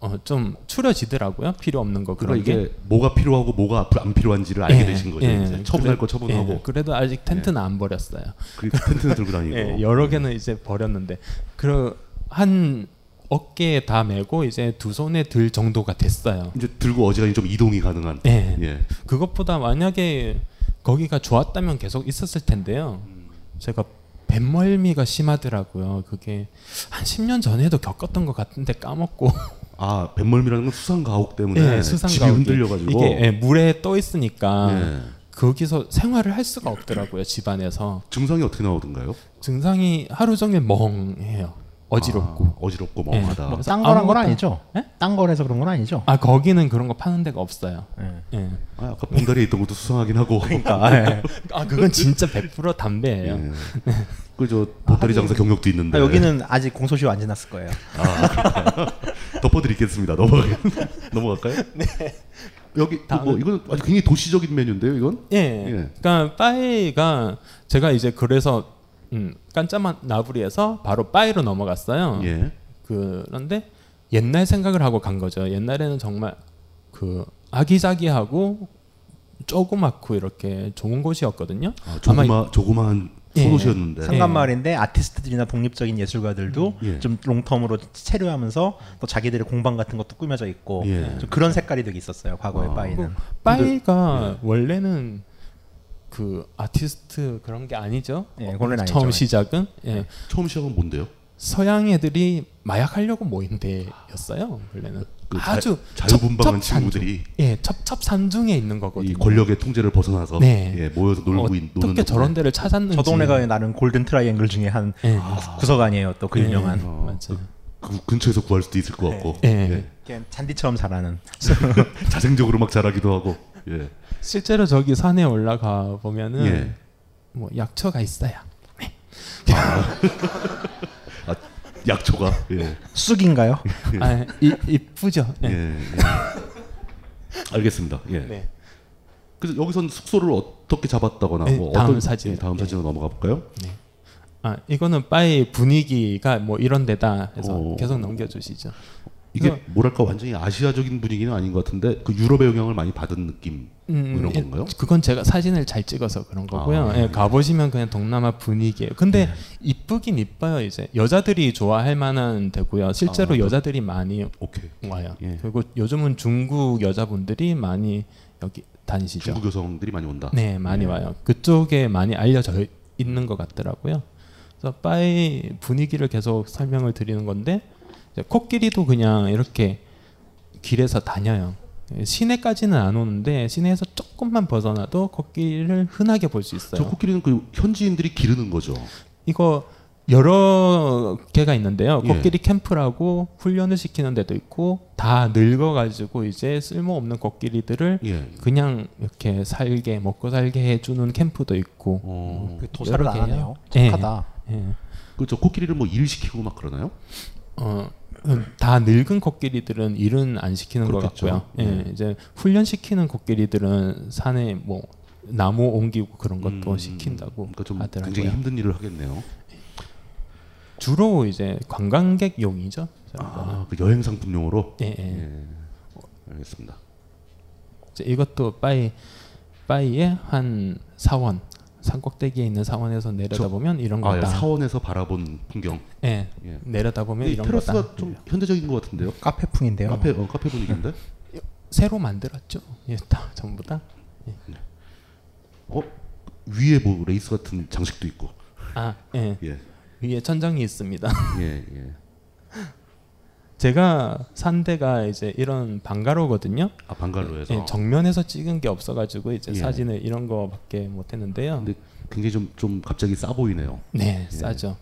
다어좀 추려지더라고요 필요 없는 거
그러니까
그런 게
이게 뭐가 필요하고 뭐가 앞으로 안 필요한지를 알게
예,
되신 거죠.
예,
이제 처분할
그래-
거 처분하고.
예, 그래도 아직 텐트는 안 버렸어요.
그 텐트는 들고 다니고.
예, 여러 개는 이제 버렸는데 그한 어깨에 다 메고 이제 두 손에 들 정도가 됐어요.
이제 들고 어지간히 좀 이동이 가능한.
예.
예.
그것보다 만약에 거기가 좋았다면 계속 있었을 텐데요.
음.
제가 뱃멀미가 심하더라고요. 그게 한 10년 전에도 겪었던 것 같은데 까먹고.
아, 뱃멀미라는 건 수상가옥 때문에
예,
네, 집이
수상가옥이.
흔들려 가지고
이게 예, 물에 떠 있으니까
예.
거기서 생활을 할 수가 없더라고요. 집안에서.
증상이 어떻게 나오던가요?
증상이 하루 종일 멍해요. 어지럽고.
아, 어지럽고
예,
멍하다.
그래서
딴 거란 건
아무것도-
뭐 아니죠. 딴 거라서 그런 건 아니죠.
아 거기는 그런 거 파는 데가 없어요. 예.
아, 아까 봉다리에 있던 것도 수상하긴 하고.
그러니까, 예. 아, 그건 진짜 100% 담배예요.
그저 보따리 장사 경력도 있는데.
아, 여기는 아직 공소시효 안 지났을 거예요.
아, 그럴까요? 덮어드리겠습니다. 넘어가 넘어갈까요? 네. 여기 또 뭐 이건 아주 굉장히 도시적인 메뉴인데요, 이건?
예. 그러니까 빠이가 제가 이제 그래서 음, 깐짜만 나부리에서 바로 빠이로 넘어갔어요.
예.
그런데 옛날 생각을 하고 간 거죠. 옛날에는 정말 그 아기자기하고 조그맣고 이렇게 좋은 곳이었거든요.
조그마
아마
조그마한
어, 예.
소도시였는데.
상간마을인데 아티스트들이나 독립적인 예술가들도
네. 음, 예.
좀 롱텀으로 체류하면서 또 자기들의 공방 같은 것도 꾸며져 있고
예.
좀 그런 색깔이 되게 있었어요. 과거의
아.
빠이는.
빠이가 원래는 그 아티스트 그런 게 아니죠.
예, 원래는 아니죠.
어, 처음 시작은 예.
처음 시작은 뭔데요?
서양 애들이 마약하려고 모인 데였어요. 원래는
그 자-
아주 첩첩산중.
자유분방한 친구들이
예 첩첩산중에 있는 거거든요.
이 권력의 통제를 벗어나서
어, 네.
예, 모여서 놀고 있, 노는 예.
어떻게 저런
동네.
데를 찾았는지
저 동네가 나름 골든 트라이앵글 중에 한
예.
구석 아니에요. 또 그
음. 예.
유명한.
맞아요.
그 근처에서 구할 수도
네.
있을 것 같고.
예.
예.
그냥 잔디처럼 자라는.
자생적으로 막 자라기도 하고. 예.
실제로 저기 산에 올라가 보면은
예.
뭐 약초가 있어요. 네.
아, 약초가. 예.
쑥인가요?
아, 이, 이쁘죠. 예.
예. 알겠습니다. 예.
네.
그래서 여기선 숙소를 어떻게 잡았다거나
네,
뭐
다음
어떤
사진.
예, 다음 사진으로 넘어가 볼까요?
아 이거는 바의 분위기가 뭐 이런 데다 해서
오.
계속 넘겨주시죠.
이게
그래서-
뭐랄까 완전히 아시아적인 분위기는 아닌 것 같은데 그 유럽의 영향을 많이 받은 느낌 뭐
음,
이런
예,
건가요?
그건 제가 사진을 잘 찍어서 그런 거고요.
아, 네.
예, 가보시면 그냥 동남아 분위기예요. 근데 이쁘긴 이뻐요. 이제 여자들이 좋아할 만한 데고요. 실제로
아, 예. 또-
여자들이 많이 와요. 그리고 요즘은 중국 여자분들이 많이 여기 다니시죠.
중국 여성들이 많이 온다. 예.
네, 많이 와요. 그쪽에 많이 알려져 있는 것 같더라고요. 그래서 바의 분위기를 계속 설명을 드리는 건데 이제 코끼리도 그냥 이렇게 길에서 다녀요. 시내까지는 안 오는데 시내에서 조금만 벗어나도 코끼리를 흔하게 볼 수 있어요.
저 코끼리는 그 현지인들이 기르는 거죠.
이거 여러 개가 있는데요.
예.
코끼리 캠프라고 훈련을 시키는 데도 있고 다 늙어가지고 이제 쓸모없는 코끼리들을
예.
그냥 이렇게 살게 먹고 살게 해주는 캠프도 있고 음,
도살을
여러
안
개예요.
하네요.
예.
착하다.
예.
어. 그저 코끼리를 뭐 일을 시키고 막 그러나요?
어, 음, 다 늙은 코끼리들은 일은 안 시키는
그렇겠죠.
것 같고요. 예,
예.
이제 훈련시키는 코끼리들은 산에 뭐 나무 옮기고 그런 것도 음. 시킨다고 하더라고요.
음. 그러니까 굉장히 힘든 일을 하겠네요.
주로 이제 관광객용이죠.
아, 그 여행 상품용으로.
예, 예.
알겠습니다.
이제 이것도 빠이 빠이의 한 사원 산 꼭대기에 있는 사원에서 내려다보면 이런
아,
거다.
사원에서 바라본 풍경.
예, 내려다보면
근데 이
이런
테라스가
거다. 어.
좀 현대적인 것 같은데요?
카페풍인데요.
아.
카페 어, 카페 분위기인데.
새로 만들었죠. 예, 다 전부 다.
어 위에 뭐 레이스 같은 장식도 있고.
아, 예.
예.
위에 천장이 있습니다.
예, 예.
제가 산 데가 이제 이런 방가로거든요.
아, 방가로에서.
예, 정면에서 찍은 게 없어가지고 이제
예.
사진을 이런 거밖에 못했는데요.
근데 굉장히 좀 좀 갑자기 싸 보이네요.
네,
예.
싸죠.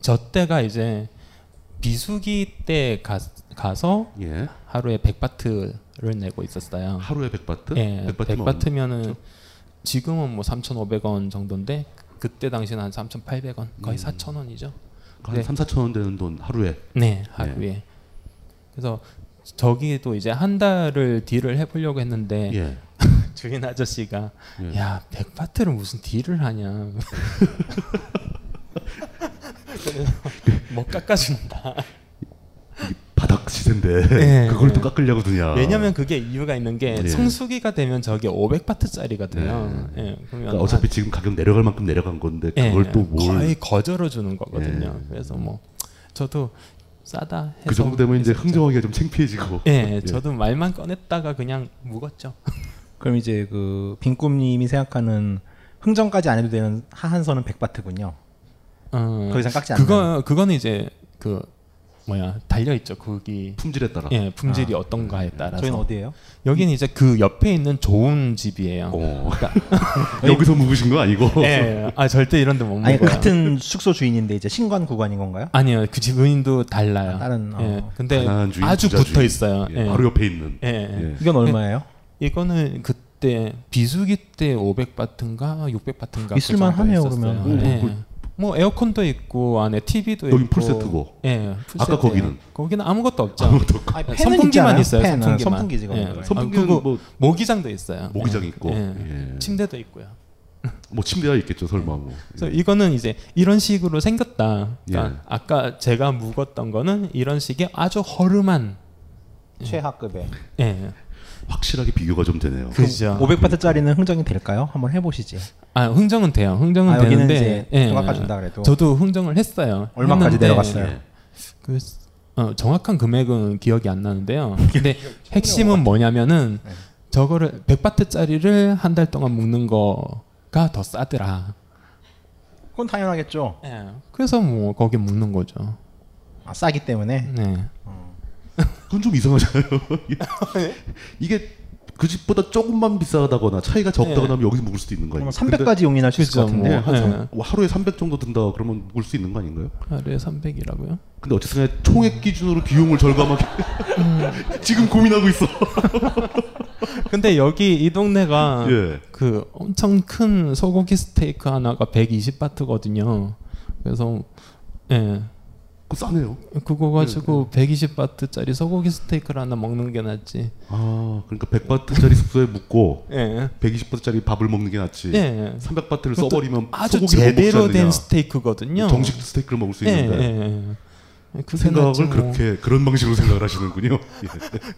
저 때가 이제 비수기 때 가, 가서
예.
하루에 100바트를 내고 있었어요.
하루에 100바트?
예,
100바트면
100바트면은 지금은 뭐 3,500원 정도인데 그때 당시는 한 3,800원,
음.
거의 4,000원이죠.
한 3, 4천 원 되는 돈 하루에.
네, 하루에. 그래서 저기도 이제 한 달을 딜을 해보려고 했는데
예.
주인 아저씨가
예.
야 백바트를 무슨 딜을 하냐. 그래서 못 깎아준다.
바닥 시세인데
네,
그걸 또
네.
깎으려고 드냐?
왜냐면 그게 이유가 있는 게
아. 예.
성수기가 되면 저게 500바트짜리거든요. 예. 그러면
그러니까 어차피 지금 가격 내려갈 만큼 내려간 건데
예,
그걸 또 뭘? 예.
거의 거저로 주는 거거든요. 그래서 뭐 저도 싸다 해서
그 정도 되면 이제 흥정하기가 좀 창피해지고.
예, 저도 말만 꺼냈다가 그냥 묵었죠.
그럼 이제 그 빈꿈님이 생각하는 흥정까지 안 해도 되는 하한선은 100바트군요.
어,
더 이상 깎지 않는.
그거 그거는 이제 그 뭐야 달려 있죠. 거기
품질에 따라.
예, 품질이
아.
어떤가에 따라서.
저희는 어디예요?
여기는 이제 그 옆에 있는 좋은 집이에요.
어. 여기서 묵으신 거 아니고?
그러니까 예, 아 절대 이런 데못
아니
먹어요.
같은 숙소 주인인데 이제 신관 구관인 건가요?
아니요, 그 주인도 달라요.
다른, 어.
예, 근데
가난한 주인,
아주
부자
붙어
주인.
있어요.
예, 바로 옆에 있는.
예, 예.
예.
이건 얼마예요?
예, 이거는 그때 비수기 때 500바트인가 600바트인가 그
있을만 하네요, 그러면.
예.
오, 뭐,
뭐 에어컨 도 있고 안에 TV도 있고
여긴 풀세트고.
예
아까
풀세트예요.
거기는?
거기는 아무것도 없죠
아무것도 없고. 아니,
예,
팬은
선풍기만
있잖아요.
있어요
팬은
선풍기만 예. 아,
선풍기지, 거기는. 거의.
선풍기는
그리고
뭐-
모기장도 있어요
모기장 있고. 예.
침대도 있고요
뭐 침대가 있겠죠 설마 뭐.
그래서 이거는 이제 이런 식으로 생겼다 그러니까
예.
아까 제가 묵었던 거는 이런 식의 아주 허름한
최하급의.
예
확실하게 비교가 좀 되네요.
그죠
500바트짜리는 흥정이 될까요? 한번 해보시지.
아 흥정은 돼요. 흥정은
아, 여기는
되는데 예.
이제 깎아준다 그래도.
저도 흥정을 했어요.
얼마까지
했는데
내려갔어요?
그 어, 정확한 금액은 기억이 안 나는데요. 근데 핵심은 뭐냐면은
네.
저거를 100바트짜리를 한 달 동안 묵는 거가 더 싸더라.
그건 당연하겠죠.
그래서 뭐 거기 묵는 거죠.
아, 싸기 때문에.
네.
그건 좀 이상하잖아요. 이게 그 집보다 조금만 비싸다거나 차이가 적다거나
예.
하면 여기서 묵을 수도 있는 거 아니에요?
그러면 300까지 용인할 수 있을 것 같은데.
근데 뭐 한 삼-
예.
뭐 하루에 300 정도 든다 그러면 묵을 수 있는 거 아닌가요?
하루에 300이라고요?
근데 어쨌든 간에 총액 기준으로 비용을 절감하게 지금 고민하고 있어.
근데 여기 이 동네가
예.
그 엄청 큰 소고기 스테이크 하나가 120바트거든요. 그래서 예.
그 싸네요.
그거
음.
가지고 120바트짜리 소고기 스테이크를 하나 먹는 게 낫지.
아 그러니까 100바트짜리 숙소에 묵고
예.
120바트짜리 밥을 먹는 게 낫지.
예.
300바트를
그것도
써버리면
아주
소고기를 못 먹지
제대로
않느냐.
된 스테이크거든요.
정식 스테이크를 먹을 수
예,
있는데
예, 예. 그게 낫지
생각을
뭐.
그렇게 그런 방식으로 생각을 하시는군요. 예.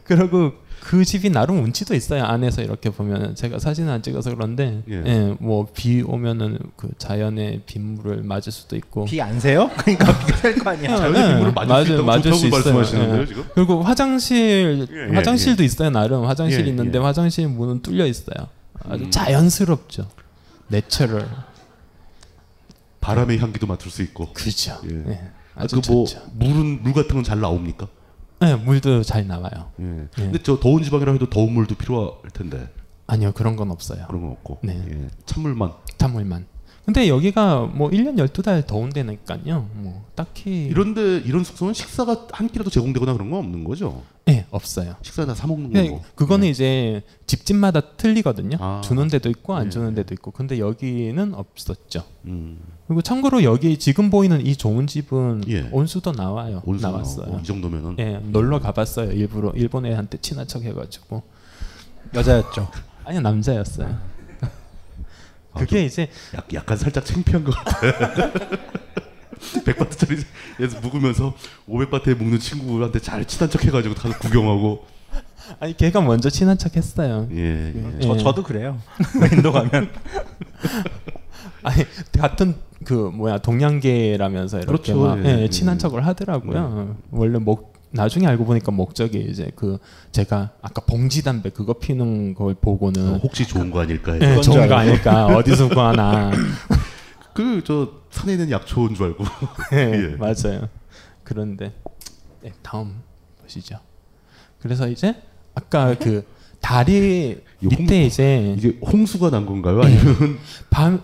그리고 그 집이 나름 운치도 있어요. 안에서 이렇게 보면 제가 사진을 안 찍어서 그런데
예.
예. 뭐 비 오면은 그 자연의 빗물을 맞을 수도 있고
비 안 세요? 그러니까 비가 셀 거 아니야.
자연의
네,
빗물을 맞을 수 있다고 좋다고 말씀하시는데요, 지금?
예. 그리고 화장실
예, 예,
화장실도 있어요 나름 화장실
예,
있는데
예. 음.
화장실 문은 뚫려 있어요. 아주 자연스럽죠. 내추럴.
바람의 향기도 맡을 수 있고.
그죠.
예.
예.
아,
아주
그뭐
좋죠.
물은 물 같은 건 잘 나옵니까?
네, 물도 잘 나와요.
예. 근데 저 더운 지방이라 해도 더운 물도 필요할 텐데
아니요 그런 건 없어요.
그런 건 없고
네.
예. 찬물만
찬물만. 근데 여기가 뭐 1년 12달 더운 데니까요. 뭐 딱히
이런데 이런 숙소는 식사가 한 끼라도 제공되거나 그런 건 없는 거죠?
예. 없어요.
식사나 사 먹는
네,
거.
그거는 이제 집집마다 틀리거든요.
뭐. 아.
주는 데도 있고 안
예.
주는 데도 있고. 근데 여기는 없었죠.
음.
그리고 참고로 여기 지금 보이는 이 좋은 집은 온수도 나와요.
온수
나왔어요.
나오고, 이 정도면은.
예, 놀러 가봤어요. 일부러 일본 애한테 친한 척 해가지고
여자였죠.
아니요 남자였어요. 그게 이제
약, 약간 살짝 창피한 것 같아. 100바트짜리 에서 묵으면서 500바트에 묵는 친구한테 잘 친한 척 해가지고 다 구경하고.
아니 걔가 먼저 친한 척했어요.
예,
네.
예.
저- 저도 그래요.
인도 가면 아니 같은 그 뭐야 동양계라면서 이렇게
그렇죠.
막
예, 네.
예,
예.
친한 척을 하더라고요. 원래 목 나중에 알고 보니까 목적이 이제 그 제가 아까 봉지 담배 그거 피는 걸 보고는
어, 혹시 좋은 거 아닐까 해서.
예,
그건
좋은
줄
거
알고.
아닐까 어디서 구하나
그 저 산에 있는 약초인 줄 알고.
예, 맞아요. 그런데 네, 다음 보시죠. 그래서 이제 아까 그 다리 밑에 이제
뭐 이게 홍수가 난 건가요?
네.
아니면
밤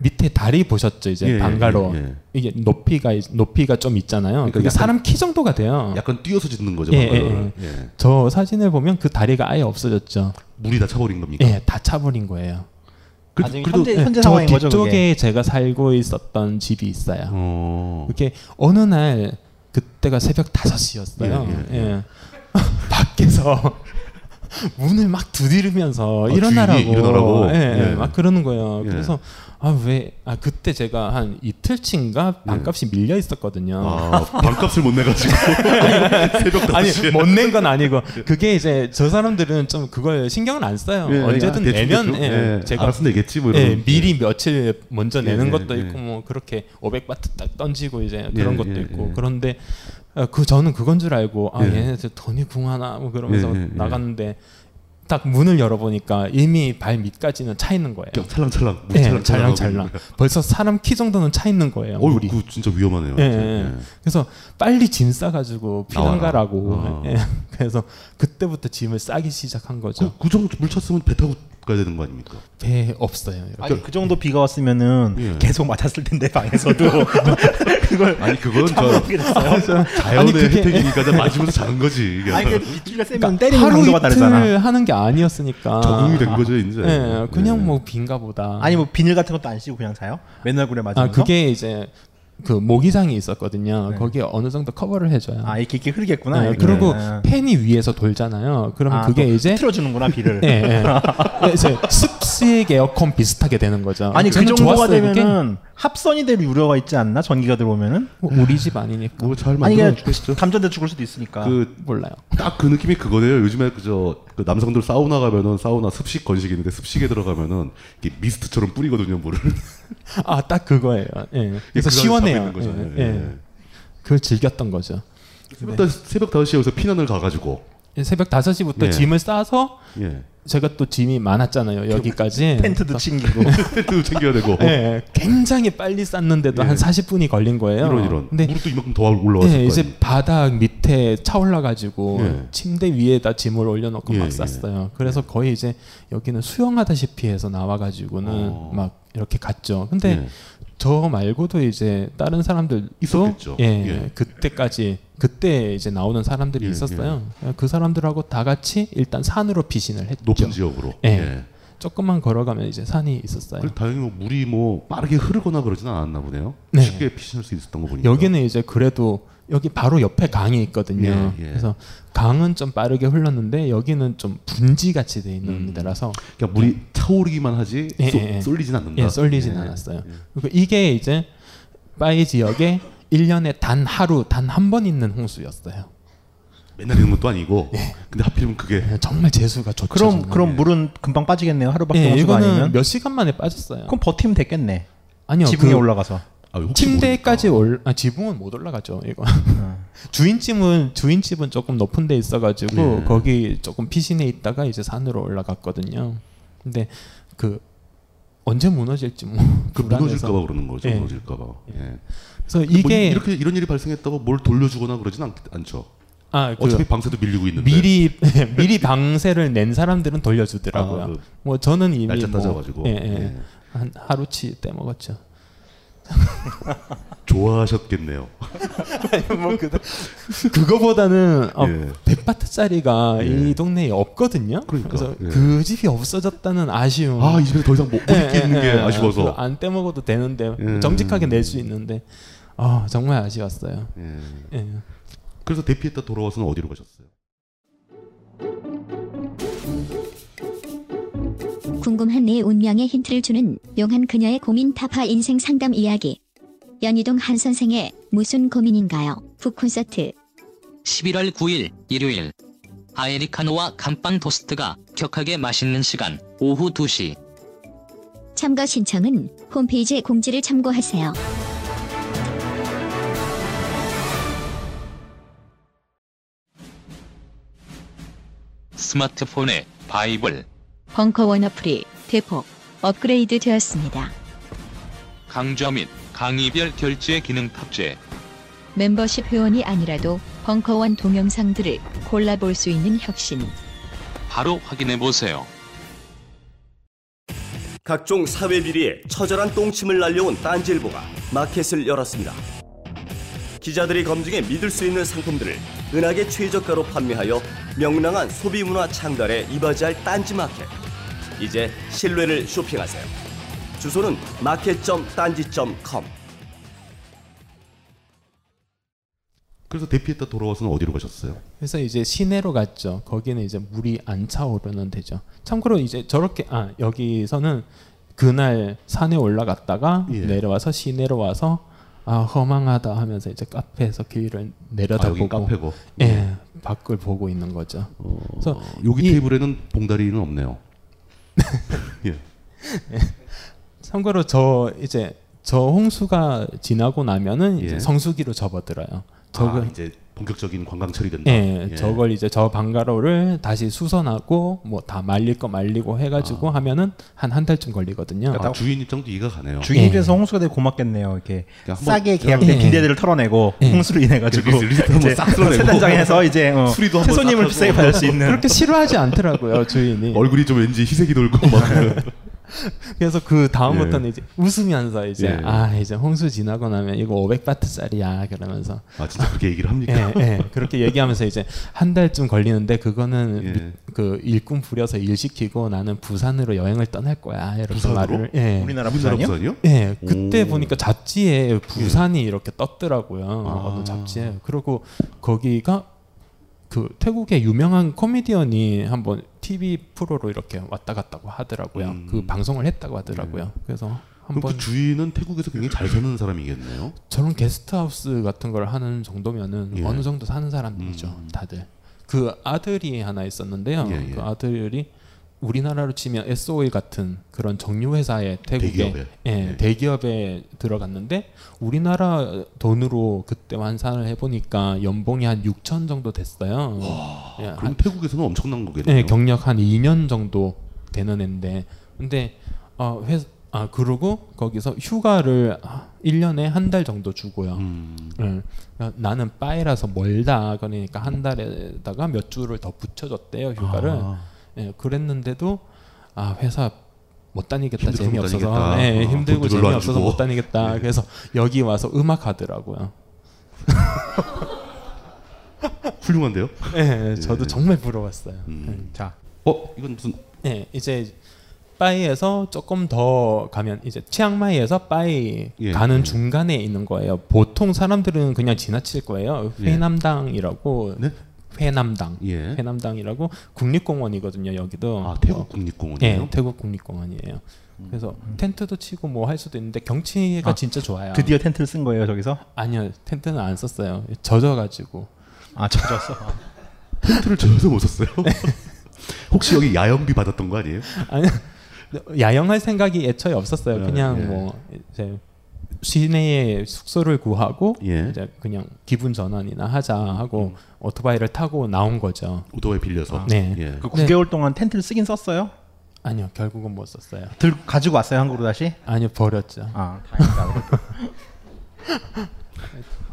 밑에 다리 보셨죠? 이제
예, 예,
방가로
예, 예.
이게 높이가 있- 높이가 좀 있잖아요. 그러니까
약간-
사람 키 정도가 돼요.
약간 뛰어서 짓는 거죠.
예,
방가로를.
예, 예.
예.
저 사진을 보면 그 다리가 아예 없어졌죠.
물이 다 차버린 겁니까?
예, 다 차버린 거예요.
그-
아니,
그래도- 그러니까. 현재-
예,
현재
저
상황인 거죠,
뒤쪽에
그게?
제가 살고 있었던 집이 있어요. 그게 어느 날 그때가 새벽 5시였어요.
예,
예,
예, 예.
밖에서 문을 막 두드리면서
아,
일어나라고,
주인이 일어나라고?
예, 예,
예.
막 그러는 거예요.
예.
그래서 아 왜? 아 그때 제가 한 이틀치인가 반값이 밀려 있었거든요.
예. 아, 반값을 못 내가지고 새벽
어. 아니
5시에.
못 낸 건 아니고 그게 이제 저 사람들은 좀 그걸 신경을 안 써요.
예,
언제든
아, 대충
내면
대충,
예,
예, 알아서 내겠지, 뭐 이런.
예, 미리 며칠 먼저
예,
내는
예,
것도
예.
있고 뭐 그렇게 500바트 딱 던지고 이제 그런
예,
것도
예,
있고
예.
그런데 어, 그 저는 그건 줄 알고 아
예.
얘네들 돈이 궁하나 뭐 그러면서
예, 예, 예.
나갔는데 딱 문을 열어보니까 이미 발 밑까지는 차 있는 거예요.
그냥 찰랑찰랑, 문
예,
찰랑찰랑하고
찰랑찰랑.
있는 거야.
벌써 사람 키 정도는 차 있는 거예요.
어우,
물이.
그거 진짜 위험하네요.
예,
진짜.
예.
예.
그래서 빨리 짐 싸가지고 피난
나와라.
가라고.
어.
예. 그래서 그때부터 짐을 싸기 시작한 거죠.
그 정도 물 찼으면 배 타고 가야 되는 거 아닙니까?
배 없어요. 이렇게.
아니 그 정도 비가 왔으면은
예.
계속 맞았을 텐데 방에서도 그걸
아니 그건 저
참아오게 됐어요.
자연의
아니, 그게-
혜택이니까 그냥 맞으면서 자는 거지. 이게.
아니, 그 밑줄기가 세면 때리는
그러니까 하루
강도가
이틀
다르잖아.
하는 게 아니었으니까
적응이 된 거죠, 이제.
예, 그냥
예.
뭐 빈가 보다.
아니 뭐 비닐 같은 것도 안 씌고 그냥 자요? 맨 얼굴에 맞으면서?
아 그게 이제 그 모기장이 있었거든요. 거기에 어느 정도 커버를 해줘요.
아 이렇게 이렇게 흐르겠구나.
예,
이렇게.
그리고
아.
팬이 위에서 돌잖아요. 그럼
아,
그게
또
이제
틀어주는구나, 비를.
예, 예. 이제 습식 에어컨 비슷하게 되는 거죠.
아니 그
저는
정도가
좋았어요, 그게.
되면은 합선이 될 우려가 있지 않나? 전기가 들어오면은
뭐 우리 집 아니니까.
뭐잘
아니
만들어
그냥 감전돼 죽을 수도 있으니까.
그
몰라요.
딱 그 느낌이 그거네요. 요즘에 그저 그 남성들 사우나 가면은 사우나 습식 건식이 있는데 습식에 들어가면은 이게 미스트처럼 뿌리거든요 물을.
아 딱 그거예요. 예.
그
그래서
안에
시원해요.
잡고 있는 거죠.
예,
예.
예. 그걸 즐겼던 거죠.
새벽 다- 새벽 5 시에 여기서 피난을 가가지고.
예, 새벽 5시부터
예.
짐을 싸서
예.
제가 또 짐이
그
많았잖아요. 여기까지.
텐트도 챙기고.
텐트도 챙겨야 되고.
예, 굉장히 빨리 쌌는데도
예.
한 40분이 걸린 거예요.
이런 이런.
근데
물이 또 이만큼 더
예,
올라왔을 거예요.
네. 이제 바닥 밑에 차올라 가지고
예.
침대 위에다 짐을 올려 놓고
예,
막 쌌어요. 그래서 거의 이제 여기는 수영하다시피 해서 나와 가지고는 막 이렇게 갔죠. 근데
어. 예.
저 말고도 이제 다른 사람들
있었겠죠.
예,
예.
그때까지 그때 이제 나오는 사람들이
예,
있었어요. 그 사람들하고 다 같이 일단 산으로 피신을 했죠.
높은 지역으로.
예. 그렇죠.
예.
조금만 걸어가면 이제 산이 있었어요.
그래도 다행히 뭐 물이 뭐 빠르게 흐르거나 그러진 않았나 보네요. 쉽게 피신할 수 있었던 거 보니까.
여기는 이제 그래도 여기 바로 옆에 강이 있거든요.
예, 예.
그래서 강은 좀 빠르게 흘렀는데 여기는 좀 분지 같이 돼 있는 데라서
그러니까 물이 차오르기만 하지
네. 예,
쏠-
예, 예.
쏠리진 않는다.
예, 쏠리진
예.
않았어요. 그리고 이게 이제 빠이 지역에 1년에 단 하루 단 한 번 있는 홍수였어요.
맨날 있는 것도 아니고.
예.
근데 하필이면 그게
정말 재수가 좋죠.
그럼
정말.
그럼 물은 금방 빠지겠네요. 하루밖에
그렇죠. 예,
못 수가
이거는
아니면.
몇 시간 만에 빠졌어요.
그럼 버티면 됐겠네.
아니요.
지붕에
그-
올라가서.
아,
침대까지 올 아, 지붕은 못 올라가죠. 이거
네.
주인집은 주인집은 조금 높은 데 있어가지고
예.
거기 조금 피신해 있다가 이제 산으로 올라갔거든요. 근데 그 언제 무너질지 뭐.
그
불안해서.
무너질까봐 그러는 거죠.
예.
무너질까봐. 예.
그래서
근데 뭐
이게-
이렇게 이런 일이 발생했다고 뭘 돌려주거나 그러진 않, 않죠.
아, 그-
어차피 방세도 밀리고 있는데.
미리 미리 방세를 낸 사람들은 돌려주더라고요.
아, 그
뭐 저는 이미
날짜
뭐-
따져가지고.
예, 예.
예.
한 하루치 떼 먹었죠.
좋아하셨겠네요.
그거보다는 어,
예.
100% 아파트짜리가 이 동네에 없거든요. 그래서
예.
그 집이 없어졌다는 아쉬움.
아, 이 집에 더 이상 못-
예,
못 있게 있는 게 아쉬워서.
그거 안 떼먹어도 되는데
예.
정직하게 낼 수 있는데 아 정말 아쉬웠어요. 예.
그래서 대피했다 돌아와서는 어디로 가셨어요?
궁금한 내 운명의 힌트를 주는 용한 그녀의 고민 타파 인생 상담 이야기. 연희동 한 선생의 무슨 고민인가요? 북콘서트.
11월 9일 일요일 아에리카노와 감빵 토스트가 격하게 맛있는 시간 오후 2시
참가 신청은 홈페이지 공지를 참고하세요.
스마트폰의 바이블
벙커원 어플이 대폭 업그레이드 되었습니다.
강좌 및 강의별 결제 기능 탑재
멤버십 회원이 아니라도 벙커원 동영상들을 골라볼 수 있는 혁신.
바로 확인해 보세요.
각종 사회 비리에 처절한 똥침을 날려온 딴지일보가 마켓을 열었습니다. 기자들이 검증해 믿을 수 있는 상품들을 은하계 최저가로 판매하여 명랑한 소비 문화 창달에 이바지할 딴지 마켓. 이제 신뢰를 쇼핑하세요. 주소는 마켓.딴지.com.
그래서 대피했다 돌아와서는 어디로 가셨어요?
그래서 이제 시내로 갔죠. 거기는 이제 물이 안 차오르는 데죠. 참고로 이제 저렇게 아 여기서는 그날 산에 올라갔다가
예.
내려와서 시내로 와서 아 허망하다 하면서 이제 카페에서 길을 내려다보고
아, 여기 카페고. 어.
예 밖을 보고 있는 거죠. 그래서
여기 테이블에는 봉다리는 없네요. 예.
참고로 저 이제 저 홍수가 지나고 나면은 이제
예.
성수기로 접어들어요.
아,
저거
이제 본격적인 관광철이 된다.
예,
예.
저걸 이제 저 방가로를 다시 수선하고 뭐 다 말릴 거 말리고
아.
해가지고 하면은 한 한 달쯤 걸리거든요.
그러니까 아,
예. 주인 입장도 이해가 가네요.
주인 입에서 홍수가 되게 고맙겠네요. 이렇게
그러니까 한번
싸게
예.
계약된 기대들을 털어내고
예.
홍수로 인해 가지고
그렇게 리스트 한번 싹 쓸어내고.
세단장에서 이제 어,
수리도 한번
손님을
싹
비싸게
하고.
받을 수 있는
아, 그렇게 싫어하지 않더라고요 주인이.
얼굴이 좀 왠지 희색이 돌고 막.
그래서 그 다음부터는
예.
이제 웃으면서 이제
예.
아 이제 홍수 지나고 나면 이거 500바트짜리야 그러면서
아, 진짜 그렇게 얘기를 합니까?
예, 예. 그렇게 얘기하면서 이제 한 달쯤 걸리는데 그거는
예.
미- 그 일꾼 부려서 일 시키고 나는 부산으로 여행을 떠날 거야 이렇게
부산으로?
말을
네.
예.
우리나라 우리나라 부산이요? 부산이요?
예 그때
오. 예.
보니까 잡지에 부산이 이렇게 떴더라고요
아.
어떤 잡지에 그리고 거기가 그 태국의 유명한 코미디언이 한번 TV 프로로 이렇게 왔다 갔다고 하더라고요. 그 방송을 했다고 하더라고요. 그래서
음. 예. 그럼
한번
그 주인은 태국에서 굉장히 잘 사는 사람이겠네요.
저런 게스트하우스 같은 걸 하는 정도면은
예. 음.
어느 정도 사는 사람이죠 다들 그 아들이 하나 있었는데요
예, 예.
그 아들이 우리나라로 치면 SOE 같은 그런 정유 회사의 태국의
대기업에.
예, 대기업에 들어갔는데 우리나라 돈으로 그때 환산을 해보니까 연봉이 한 6천 정도 됐어요. 예,
그럼
한-
태국에서는 엄청난 거겠네요.
네, 경력 한 2년 정도 되는 애인데 근데 어, 회, 아 그러고 거기서 휴가를 1년에 한 달 정도 주고요.
음.
예. 그러니까 나는 빠이라서 멀다 그러니까 한 달에다가 몇 주를 더 붙여줬대요 휴가를.
아.
예, 그랬는데도 아 회사 못 다니겠다
힘들어서 못
재미없어서
다니겠다.
예,
어,
힘들고
돈도 별로 안
재미없어서
주고. 예.
못 다니겠다 그래서 여기 와서 음악 하더라고요.
훌륭한데요?
예, 저도 정말 부러웠어요.
음.
예.
자,
어 이건 무슨
예, 이제 빠이에서 조금 더 가면 이제 치앙마이에서 빠이
예,
가는 중간에 있는 거예요. 보통 사람들은 그냥 지나칠 거예요.
예. 네?
회남당이라고 회남당,
예.
회남당이라고 국립공원이거든요. 여기도 아
태국
예,
국립공원이에요? 음.
태국 국립공원이에요. 그래서 텐트도 치고 뭐 할 수도 있는데 경치가
아,
진짜 좋아요.
드디어 텐트를 쓴 거예요 저기서?
아니요 텐트는 안 썼어요. 젖어가지고
아 젖었어.
텐트를 젖어서 못 썼어요?
네.
혹시 여기 야영비 받았던 거 아니에요?
아니 야영할 생각이 애초에 없었어요.
예,
그냥
예.
뭐 이제 시내에 숙소를 구하고
예. 음.
이제 그냥 기분 전환이나 하자 하고 오토바이를 타고 나온 거죠.
오토바이 빌려서. 예.
네.
그
네.
9개월 동안 텐트를 쓰긴 썼어요?
아니요, 결국은 못 썼어요.
들 가지고 왔어요 한국으로 다시?
아니요, 버렸죠.
아, 다행이다. 그래도.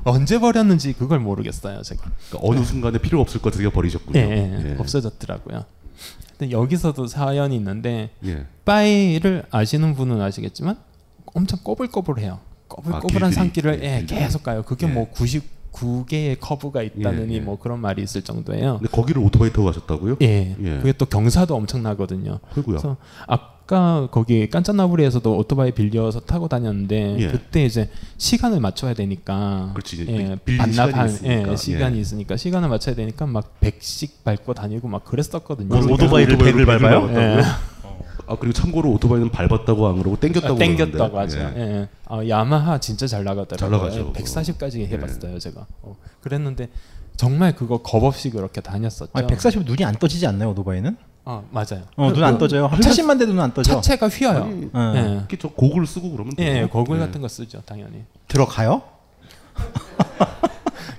언제 버렸는지 그걸 모르겠어요, 제가.
그러니까 어느 순간에 필요 없을 것 같아서 버리셨군요.
네. 예, 예,
예.
없어졌더라고요. 근데 여기서도 사연이 있는데
예.
빠이를 아시는 분은 아시겠지만 엄청 꼬불꼬불해요.
아,
꼬불꼬불한
길들이,
산길을
예,
예,
길들이.
계속 가요. 그게
예.
뭐 99 9개의 커브가 있다느니
예, 예.
뭐 그런 말이 있을 정도예요.
근데 거기를 오토바이 타고 가셨다고요?
예. 그게 또 경사도 엄청나거든요.
아이고야.
그래서 아까 거기 깐짜나부리에서도 오토바이 빌려서 타고 다녔는데
예.
그때 이제 시간을 맞춰야 되니까
그렇지, 이제
예,
빌린
반납한
시간이 있으니까.
예, 시간이
예.
있으니까 시간을 맞춰야 되니까 막 100씩 밟고 다니고 막 그랬었거든요. 그러니까
오- 오토바이를 백을 밟아요?
예.
아 그리고 참고로 오토바이는 밟았다고 안 그러고 땡겼다고
아, 땡겼다고
그러는데.
하죠.
예.
예. 예. 아, 야마하 진짜 잘
잘
나가더라고요.
나가죠, 예. 그거.
140까지 해봤어요 제가. 어, 그랬는데 정말 그거 겁 없이 그렇게 다녔었죠.
아니, 140 눈이 안 떠지지 않나요 오토바이는?
아 맞아요.
어, 눈 안 떠져요. 한 80만 대도 눈 안 떠져.
차체가 휘어요.
예.
특히 저 고글 쓰고 그러면
예,
되나요?
고글
예.
같은 거 쓰죠, 당연히.
들어가요?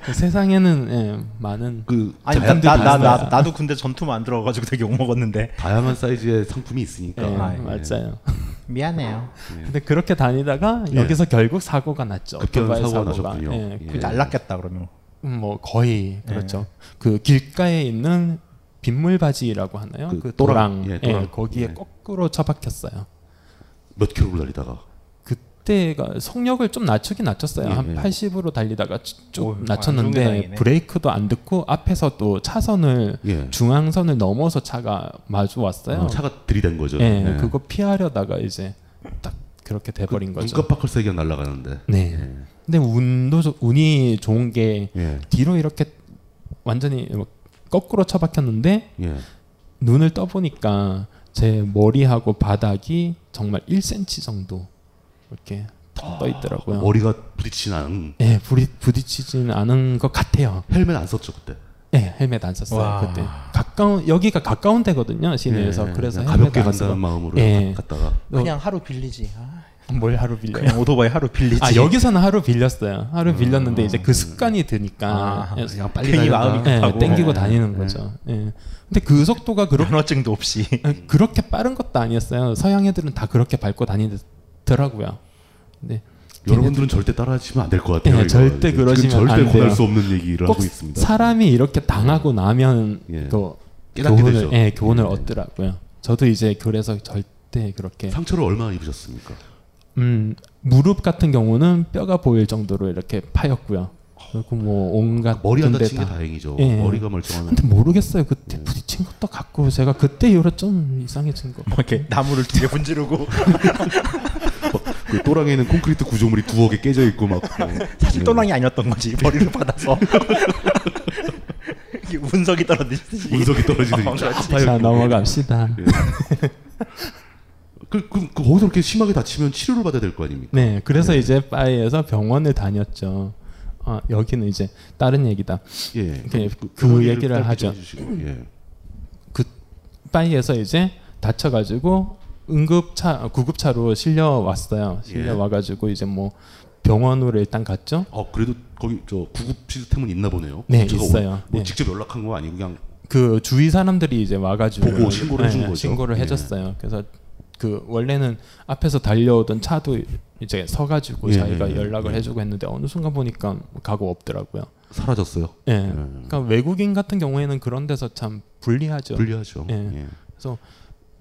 그 세상에는 예, 많은
그
아니 나,
장난들이
나, 나,
있어요.
나, 도 군대 전투만 안 들어가가지고 되게 욕먹었는데
다양한 사이즈의 상품이 있으니까.
예,
예.
맞아요.
미안해요.
근데 그렇게 다니다가
예.
여기서 결국 사고가 났죠.
급격한
오토바이
그 사고가 나셨군요.
예, 그-
날랐겠다 그러면.
음, 뭐 거의
예.
그렇죠. 그 길가에 있는 빗물 바지라고 하나요?
그
그,
또랑.
도랑,
예,
예,
또랑.
거기에
예.
거꾸로 처박혔어요.
몇 킬로를 달리다가
그때가 속력을 좀 낮추긴 낮췄어요.
예,
한
예.
80으로 달리다가 쭉
어휴,
낮췄는데
안전운행이네.
브레이크도 안 듣고 앞에서 또 차선을
예.
중앙선을 넘어서 차가 마주 왔어요.
어, 차가 들이댄 거죠.
예,
예.
그거 피하려다가 이제 딱 그렇게 돼버린 거죠.
눈깜빡할 새기가 날아가는데.
네. 근데 운도 좋- 운이 좋은 게
예.
뒤로 이렇게 완전히 막 거꾸로 처박혔는데
예.
눈을 떠보니까 제 머리하고 바닥이 정말 1cm 정도 이렇게 탁 떠 있더라고요.
머리가 부딪히진 않은.
예, 부리, 부딪히진 않은 것 같아요.
헬멧 안 썼죠 그때.
예, 헬멧 안 썼어요
와.
그때. 가까운 여기가 가까운 데거든요 시내에서
예,
그래서
그냥 가볍게
헬멧 안 쓰고. 예.
간다는 마음으로 가- 갔다가.
그냥 하루 빌리지. 아.
뭘 하루 빌려?
그냥 오토바이 하루 빌리지.
아 여기서는 하루 빌렸어요. 하루
음.
빌렸는데 이제 그 습관이 드니까 예,
아,
그래서
그냥 빨리 괜히 다닌다. 마음이
예,
네,
급하고.
땡기고
예,
다니는
예.
거죠. 예. 근데 그 속도가 그렇 예,
면허증도 없이
그렇게 빠른 것도 아니었어요. 서양 애들은 다 그렇게 밟고 다니더라고요. 네. 근데
여러분들은 절대 따라하시면 안 될 것 같아요.
예,
이거.
절대
지금
그러시면
절대
안 돼요.
권할 수 없는 얘기를
꼭
하고 있습니다. 예.
사람이 이렇게 당하고 나면 또
깨닫게
교훈을,
되죠.
예, 교훈을 얻더라고요. 저도 이제 그래서 절대 그렇게
상처를 얼마나 입으셨습니까?
음, 무릎 같은 경우는 뼈가 보일 정도로 이렇게 파였고요. 그리고 뭐 온갖
아, 머리 안
군데
다친 예. 게 다행이죠.
예.
머리가 멀쩡하면.
근데 모르겠어요. 그때 부딪힌 것도 같고 제가 그때 이후로 좀 이상해진 거.
이렇게 나무를 두 개 분지르고
그 또랑에는 콘크리트 구조물이 두어 개 깨져 있고 막. 어,
사실
예.
또랑이 아니었던 거지 머리를 받아서 이게 운석이 떨어지듯이
운석이 떨어지듯이
어, 그렇지.
자
예.
넘어갑시다.
그, 그, 그 거기서 그렇게 심하게 다치면 치료를 받아야 될 거 아닙니까?
네, 그래서
예.
이제 파이에서 병원을 다녔죠. 아, 여기는 이제 다른 얘기다.
예,
그,
그-
그
그 얘기를
얘기를
짧게
하죠.
해주시고, 예.
그 파이에서 이제 다쳐가지고 응급차, 아, 구급차로 실려 왔어요. 실려
예.
와가지고 이제 뭐 병원으로 일단 갔죠.
어 그래도 거기 저 구급 시스템은 있나 보네요.
네,
제가
있어요.
오- 뭐
예.
직접 연락한 거 아니고 그냥
그 주위 사람들이 이제 와가지고 네,
보고 신고를 해준 거죠.
신고를
예.
해줬어요. 그래서 그 원래는 앞에서 달려오던 차도 이제 서가지고
예,
자기가
예, 예.
연락을
예.
해주고 했는데 어느 순간 보니까 가고 없더라고요.
사라졌어요.
예. 그러니까 외국인 같은 경우에는 그런 데서 참 불리하죠.
음. 불리하죠.
예.
예.
그래서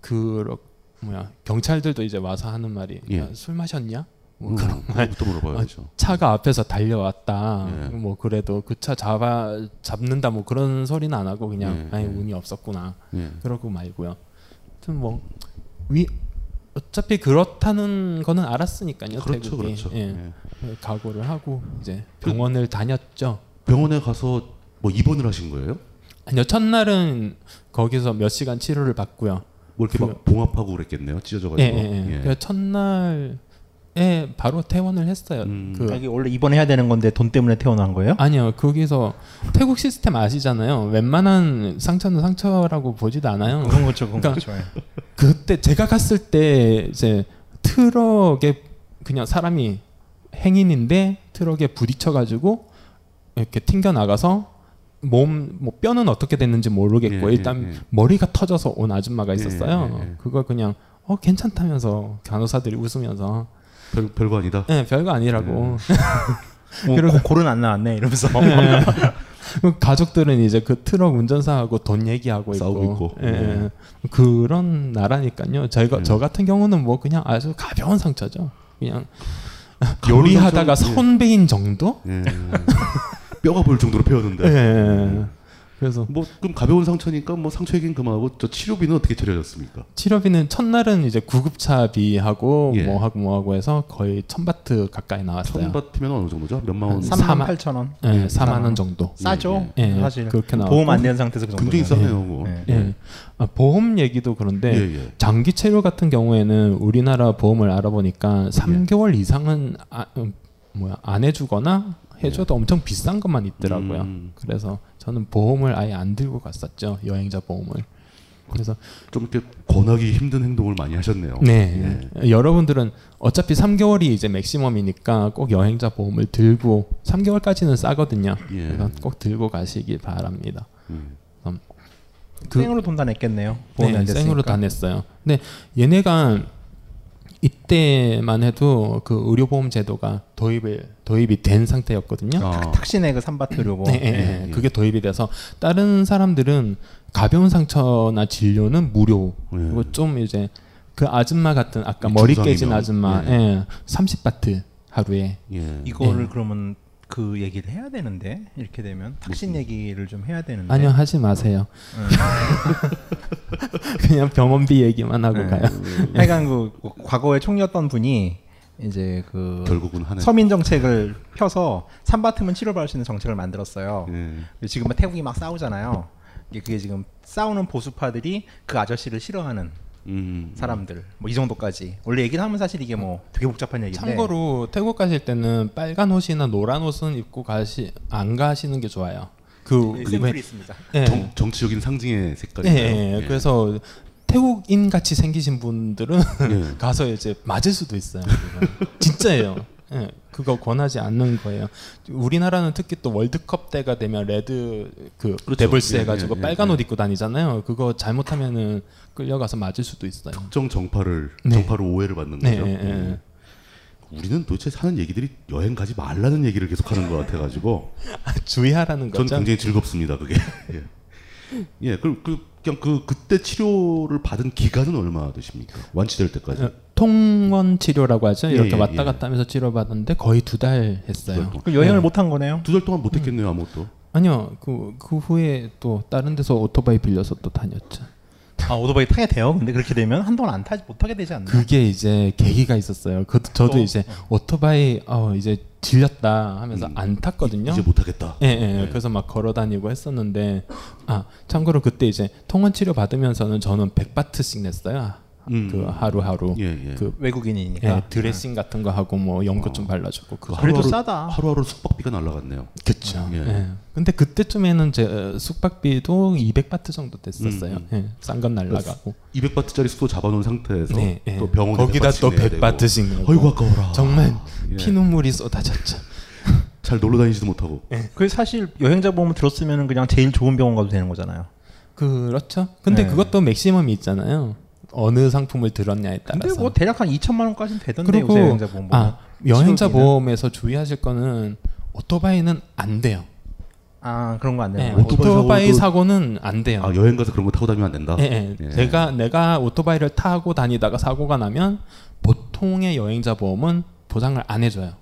그 뭐야 경찰들도 이제 와서 하는 말이 야, 술 마셨냐? 뭐
예. 음,
그런 말.
그것도 물어봐야죠.
어, 차가 앞에서 달려왔다.
예.
뭐 그래도 그 차 잡아 잡는다 뭐 그런 소리는 안 하고 그냥
예,
아니
예.
운이 없었구나.
예.
그러고 말고요. 하여튼 뭐위 어차피 그렇다는 거는 알았으니까요.
그렇죠, 그
태국이.
그렇죠.
아, 예. 각오를 하고 이제 병원을 다녔죠.
병원에 가서 뭐 입원을 하신 거예요?
아니요 첫날은 거기서 몇 시간 치료를 받고요.
뭐 이렇게 막 봉합하고 그랬겠네요. 찢어져가지고.
예, 예, 예. 그래서 첫날에 바로 퇴원을 했어요.
음.
그
아, 이게 원래 입원해야 되는 건데 돈 때문에 태어난 거예요?
아니요 거기서 태국 시스템 아시잖아요. 웬만한 상처는 상처라고 보지도 않아요.
그건 그렇죠, 그건
그러니까
그렇죠, 예.
그때 제가 갔을 때 이제 트럭에 그냥 사람이 행인인데 트럭에 부딪혀가지고 이렇게 튕겨 나가서 몸 뭐 뼈는 어떻게 됐는지 모르겠고
예, 예,
일단
예.
머리가 터져서 온 아줌마가
예,
있었어요.
예, 예.
그걸 그냥 어 괜찮다면서 간호사들이 웃으면서
별 별거 아니다.
예 별거 아니라고.
뭐,
그러고-
고- 골은 안 나왔네 이러면서
예. 그 가족들은 이제 그 트럭 운전사하고 돈 얘기하고 있고,
싸우고 네. 있고.
예, 예. 그런 나라니까요. 저희가 저 같은 경우는 뭐 그냥 아주 가벼운 상처죠. 그냥
가벼운
예, 요리하다가
상처는-
선배인 정도?
예. 뼈가 보일 정도로 베었는데.
예, 예,
네.
예.
그래서 뭐 그럼 가벼운 상처니까 뭐 상처 얘기는 그만하고 저 치료비는 어떻게 처리하셨습니까?
네. 치료비는 첫날은 이제 구급차비하고 뭐하고 뭐하고 해서 거의 천바트 가까이 나왔어요.
예. 천바트면 어느 정도죠? 몇만 원?
3만 8천 원.
네, 4만 원 정도.
싸죠.
음, 예, 예.
사실
그렇게 나왔고.
보험 안 낸 상태에서 그
굉장히
정도면.
싸네요, 그거.
예. 예. 아, 보험 얘기도 그런데
예, 예.
장기 체류 같은 경우에는 우리나라 보험을 알아보니까 3개월 이상은 아, 음, 뭐야 안 해주거나 해줘도 엄청 비싼 것만 있더라고요. 그래서 저는 보험을 아예 안 들고 갔었죠 여행자 보험을. 그래서
좀 이렇게 권하기 힘든 행동을 많이 하셨네요. 예.
네. 여러분들은 어차피 3개월이 이제 맥시멈이니까 꼭 여행자 보험을 들고 3개월까지는 싸거든요. 그래서 꼭 들고 가시기 바랍니다. 음, 그-
생으로 돈 다 냈겠네요. 보험이 그러니까.
네,
안 됐으니까.
생으로 다 냈어요. 근데 얘네가 이때만 해도 그 의료보험 제도가 도입을 도입이 된 상태였거든요.
아,
탁신의 그 삼바트 요거.
아. 네, 네, 네.
예.
그게 도입이 돼서 다른 사람들은 가벼운 상처나 진료는 무료. 그리고 좀 이제 그 아줌마 같은 아까
예. 이
머리
중상이면.
깨진 아줌마,
예.
예, 30바트 하루에.
이거를
예.
그러면 그 얘기를 해야 되는데 이렇게 되면 탁신 얘기를 좀 해야 되는데.
아니요 하지 마세요.
예.
그냥 병원비 얘기만 하고 가요. 예.
하여간 그 과거에 총리였던 분이 이제 그
결국은 하네.
서민 정책을 펴서 삼바트면 치료받을 수 있는 정책을
예.
만들었어요. 근데 지금 막 태국이 막 싸우잖아요. 이게 그게 지금 싸우는 보수파들이 그 아저씨를 싫어하는
음.
사람들 뭐 이 정도까지 원래 얘기를 하면 사실 이게 뭐 되게 복잡한 얘기인데
참고로 태국 가실 때는 빨간 옷이나 노란 옷은 입고 가시 안 가시는 게 좋아요. 그
네,
그
샘플이
왜-
있습니다.
예.
정, 정치적인 상징의
예,
색깔이에요.
예, 예. 그래서 태국인 같이 생기신 분들은 가서 이제 맞을 수도 있어요. 그거. 진짜예요. 예, 그거 권하지 않는 거예요. 우리나라는 특히 또 월드컵 때가 되면 레드 그
그렇죠.
데블스
예,
해가지고
예, 예,
빨간
예.
옷 입고 다니잖아요. 그거 잘못하면은 끌려가서 맞을 수도 있어요.
특정 정파를
네.
정파로 오해를 받는
네,
거죠.
예, 예.
예. 우리는 도대체 사는 얘기들이 여행 가지 말라는 얘기를 계속하는 것 같아가지고
주의하라는 거죠?
전 굉장히 즐겁습니다 그게. 예. 예, 그럼 그 그냥 그 그때 치료를 받은 기간은 얼마 되십니까? 완치될 때까지.
어, 통원 치료라고 하죠.
예,
이렇게
예, 그렇죠.
왔다
예.
갔다 하면서 치료받았는데 거의 두 달 했어요.
그럼 여행을
네.
못 한 거네요.
두 달 동안 못
음.
했겠네요 아무것도.
아니요. 그, 그 후에 또 다른 데서 오토바이 빌려서 또 다녔죠.
아 오토바이 타게 돼요. 근데 그렇게 되면 한동안 안 타지 못 타게 되지 않나?
그게 이제 계기가 있었어요. 그, 저도
또?
이제 오토바이 어, 이제 질렸다 하면서 안 탔거든요.
음. 이제 뭐 네. 못 타겠다.
예, 예. 그래서 막 걸어 다니고 했었는데 아 참고로 그때 이제 통원 치료 받으면서는 저는 100바트씩 냈어요.
음. 예. 아.
그 하루하루 그
외국인이니까.
예, 드레싱 같은 거 하고 뭐 연고
어.
좀 발라주고 그거.
하루하루- 하루하루 숙박비가 날라갔네요.
그렇죠.
예.
예. 근데 그때쯤에는 제 숙박비도 200바트 정도 됐었어요.
음,
예. 싼건 날라가고.
200바트짜리 숙소 잡아놓은 상태에서
네, 예.
또 병원에
거기다 또 100바트씩 내고.
아이고 아까워라.
정말
예.
피눈물이 쏟아졌죠.
잘 놀러 다니지도 못하고.
예.
그 사실 여행자 보험을 들었으면 그냥 제일 좋은 병원 가도 되는 거잖아요.
그렇죠. 근데
네.
그것도 맥시멈이 있잖아요. 어느 상품을 들었냐에 따라서.
근데 뭐 대략 한 2천만 원까지는 되던데
그리고
요새 여행자 보험 보면.
아, 여행자
치료비는?
보험에서 주의하실 거는 오토바이는 안 돼요.
아 그런 거 안
네,
되나요?
오토바이 사고는 안 돼요.
아 여행 가서 그런 거 타고 다니면 안 된다.
예, 예. 내가 내가 오토바이를 타고 다니다가 사고가 나면 보통의 여행자 보험은 보상을 안 해줘요.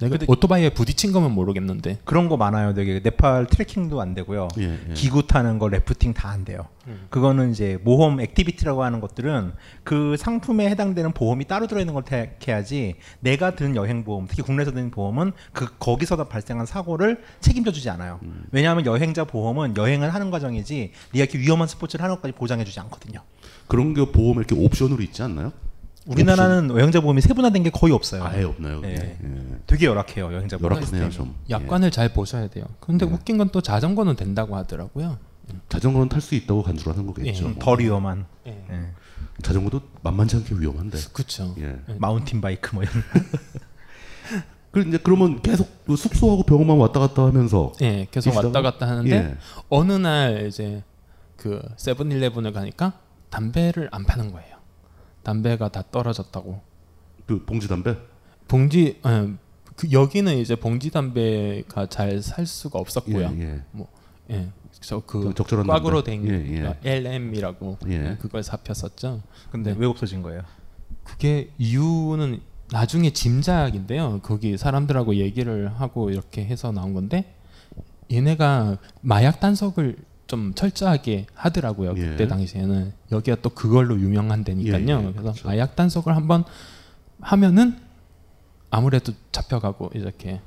내가
근데-
오토바이에 부딪힌 거면 모르겠는데
그런 거 많아요. 되게 네팔 트레킹도 안 되고요.
예.
기구 타는 거 래프팅 다 안 돼요. 그거는 이제 모험 액티비티라고 하는 것들은 그 상품에 해당되는 보험이 따로 들어있는 걸 택해야지 내가 든 여행 보험, 특히 국내에서 든 보험은 그 거기서 다 발생한 사고를 책임져 주지 않아요.
음.
왜냐하면 여행자 보험은 여행을 하는 과정이지 네가 이렇게 위험한 스포츠를 하는 것까지 보장해 주지 않거든요.
그런 게 보험에 이렇게 옵션으로 있지 않나요?
우리나라는 여행자 보험이 세분화된 게 거의 없어요.
음. 아예 없나요?
네.
예.
되게 열악해요 여행자
그러니까
보험.
뭐
시스템이.
열악하네요, 좀.
약관을 잘 보셔야 돼요. 근데
예.
웃긴 건 또 자전거는 된다고 하더라고요.
자전거는 탈 수 있다고 간주하는 거겠죠.
예,
뭐.
덜 위험한.
예.
예.
자전거도 만만치 않게 위험한데.
그렇죠.
예.
마운틴 바이크 뭐 이런.
그 이제 그러면 계속 그 숙소하고 병원만 왔다 갔다 하면서
예, 계속
계시다가-
왔다 갔다 하는데
예.
어느 날 이제 그 세븐일레븐을 가니까 담배를 안 파는 거예요. 담배가 다 떨어졌다고.
그 봉지 담배
봉지 예, 그 여기는 이제 봉지 담배가 잘 살 수가 없었고요.
예, 예.
뭐 예. 저그
그 적절한
꽉으로
담배.
된
예,
LM이라고
예.
그걸 삽혔었죠.
근데
네.
왜 없어진 거예요?
그게 이유는 나중에 짐작인데요. 거기 사람들하고 얘기를 하고 이렇게 해서 나온 건데 얘네가 마약 단속을 좀 철저하게 하더라고요 그때 당시에는 여기가 또 그걸로 유명한 데니까요.
예, 예,
그래서 마약 단속을 한번 하면은 아무래도 잡혀가고 이렇게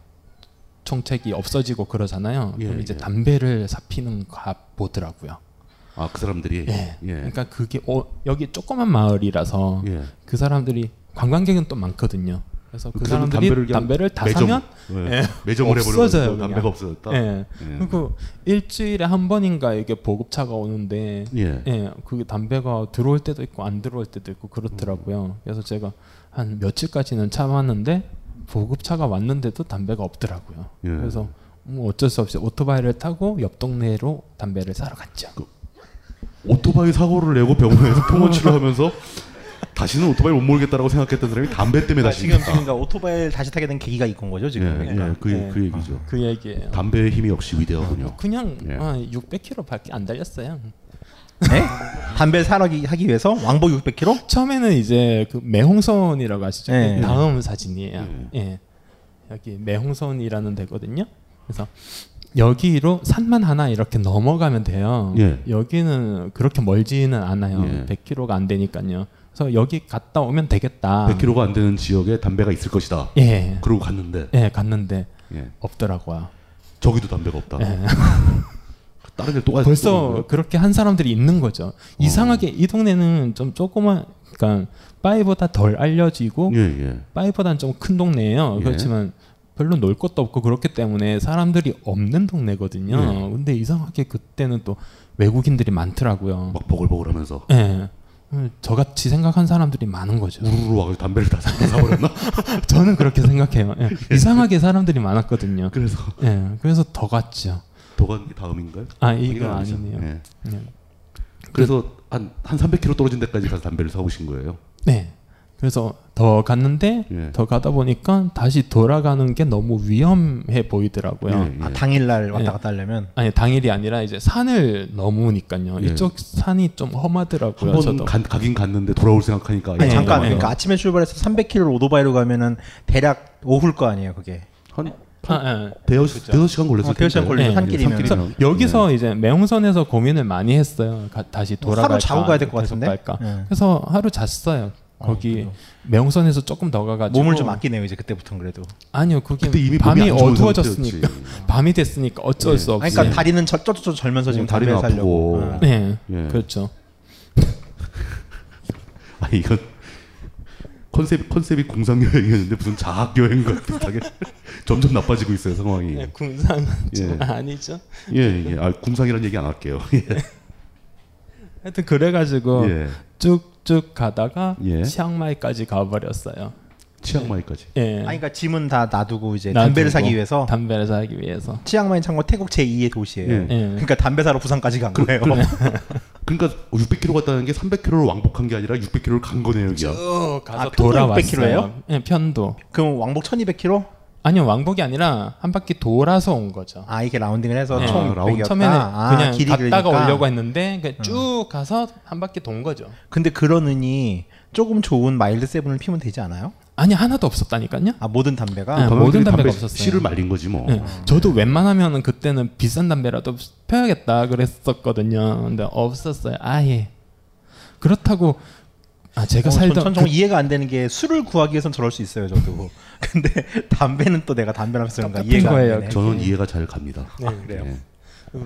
총책이 없어지고 그러잖아요.
예,
그럼 이제
예.
담배를 사피는 가 보더라고요.
아, 그 사람들이.
예.
예.
그러니까 그게 어, 여기 조그만 마을이라서
예.
그 사람들이 관광객은 또 많거든요. 그래서 그
그럼
사람들이 담배를,
담배를 그냥
다
매점,
사면
예,
예,
매점을 해버려가지고
없어져요. 그냥.
담배가 없어졌다?
예.
예.
그리고 일주일에 한 번인가 이게 보급차가 오는데
예.
예. 그 담배가 들어올 때도 있고 안 들어올 때도 있고 그렇더라고요. 그래서 제가 한 며칠까지는 참았는데 보급차가 왔는데도 담배가 없더라고요.
예.
그래서 뭐 어쩔 수 없이 오토바이를 타고 옆 동네로 담배를 사러 갔죠.
그 오토바이 사고를 내고 병원에서 통원 치료하면서 다시는 오토바이 못 몰겠다라고 생각했던 사람이 담배 때문에
아,
그러니까
다시
지금 지금 그러니까 오토바이를 다시 타게 된 계기가 있건 거죠
예,
지금.
예, 그, 그 얘기죠.
그 얘기예요.
담배의 힘이 역시 위대하군요.
그냥
예.
아, 600km밖에 안 달렸어요.
네? 담배 사러 기- 하기 위해서 왕복
예.
600km?
처음에는 이제 그 매홍선이라고 아시죠? 그
예.
다음 사진이에요. 예. 여기 매홍선이라는 데거든요. 그래서 여기로 산만 하나 이렇게 넘어가면 돼요.
예.
여기는 그렇게 멀지는 않아요. 100km가 안 되니까요. 그래서 여기 갔다 오면 되겠다.
100km가 안 되는 지역에 담배가 있을 것이다.
예.
그러고 갔는데.
예, 갔는데
예.
없더라고요.
저기도 담배가 없다.
예.
다른 데 똑같이
벌써 그렇게 한 사람들이 있는 거죠. 이상하게 이 동네는 좀 조그만, 그러니까 빠이보다 덜 알려지고 빠이보다는 좀 큰 동네예요.
예.
그렇지만 별로 놀 것도 없고 그렇기 때문에 사람들이 없는 동네거든요.
예.
근데 이상하게 그때는 또 외국인들이 많더라고요.
막 보글보글하면서.
예. 음, 저같이 생각한 사람들이 많은 거죠.
우르르 와서 담배를 다 사- 사버렸나?
저는 그렇게 생각해요. 예. 이상하게 사람들이 많았거든요.
그래서
예. 그래서 더 갔죠.
도가 다음인가요?
아, 이거
아니죠.
아니네요.
예.
예.
그래서 한, 한 300km 떨어진 데까지 가서 담배를 사오신 거예요?
네. 그래서 더 갔는데 더 가다 보니까 다시 돌아가는 게 너무 위험해 보이더라고요.
예, 예. 아, 당일날 왔다 갔다 하려면?
아니 당일이 아니라 이제 산을 넘으니까요.
예.
이쪽 산이 좀 험하더라고요.
한
저도. 네.
번 가긴 갔는데 돌아올 예. 생각하니까
아니,
이제
잠깐
막-
그러니까 아침에 출발해서 300km 오토바이로 가면은 대략 오후일 거 아니에요 그게.
한
아,
대여섯-
그죠.
대여섯 시간 걸렸을
어, 대여섯 시간
텐데.
걸리죠
예,
산길이면
그래서 네, 여기서 이제 매홍선에서 고민을 많이 했어요. 가- 다시
네. 뭐
돌아갈까.
하루 자고 가야 될것
계속
같은데?
갈까.
예.
그래서 하루 잤어요. 거기 매홍선에서 뭐 조금 더 가가지고
몸을 좀 아끼네요 이제 그때부터 그래도.
아니요, 그게
그때 이미 몸이
밤이
안 좋은
어두워졌으니까 밤이 됐으니까 어쩔
예.
수 없이.
아니, 그러니까 다리는 쩔쩔쩔 절면서 지금
다리는
담배
아프고.
살려고.
어.
네,
예.
그렇죠.
아 이건 컨셉 컨셉이 공상 여행이었는데 무슨 자학 여행과 비슷하게 점점 나빠지고 있어요 상황이.
네, 궁상 좀 아니죠?
예, 예. 아, 궁상이라는 얘기 안 할게요. 예.
하여튼 그래가지고
예.
쭉쭉 가다가
예.
치앙마이까지 가버렸어요.
치앙마이까지.
예.
아니 그러니까 짐은 다 놔두고 이제
놔두고
네, 담배를 사기 위해서.
담배를 사기 위해서.
치앙마이 참고 태국 제2의 도시예요.
예. 예.
그러니까 담배 사러 부산까지 간 거예요.
그러니까 600km 갔다는 게 300km를 왕복한 게 아니라 600km를 간 거네요, 여기가.
쭉 어, 가서
아, 편도
돌아왔어요.
600km예요?
예, 편도.
그럼 왕복 1,200km?
아니요, 왕복이 아니라 한 바퀴 돌아서 온 거죠.
아 이게 라운딩을 해서
예.
총 라운딩.
처음에는
아,
그냥
길이
갔다가
그러니까.
오려고 했는데 그냥 쭉 가서 한 바퀴 돈 거죠.
근데 그러느니 조금 좋은 마일드 세븐을 피면 되지 않아요?
아니 하나도 없었다니까요.
아 모든 담배가
네, 모든 담배가 없었어요.
뭐.
음.
네, 저도 웬만하면은 그때는 비싼 담배라도 펴야겠다 그랬었거든요. 근데 없었어요. 아예. 그렇다고 아 제가
어, 전-
살던
전 정말
그-
이해가 안 되는 게 술을 구하기 위해선 저럴 수 있어요 저도. 근데 담배는 또 내가 담배라면서 그런가
똑같은
이해가
거예요,
안 되네.
저는 이해가 잘 갑니다.
네,
아, 그래요?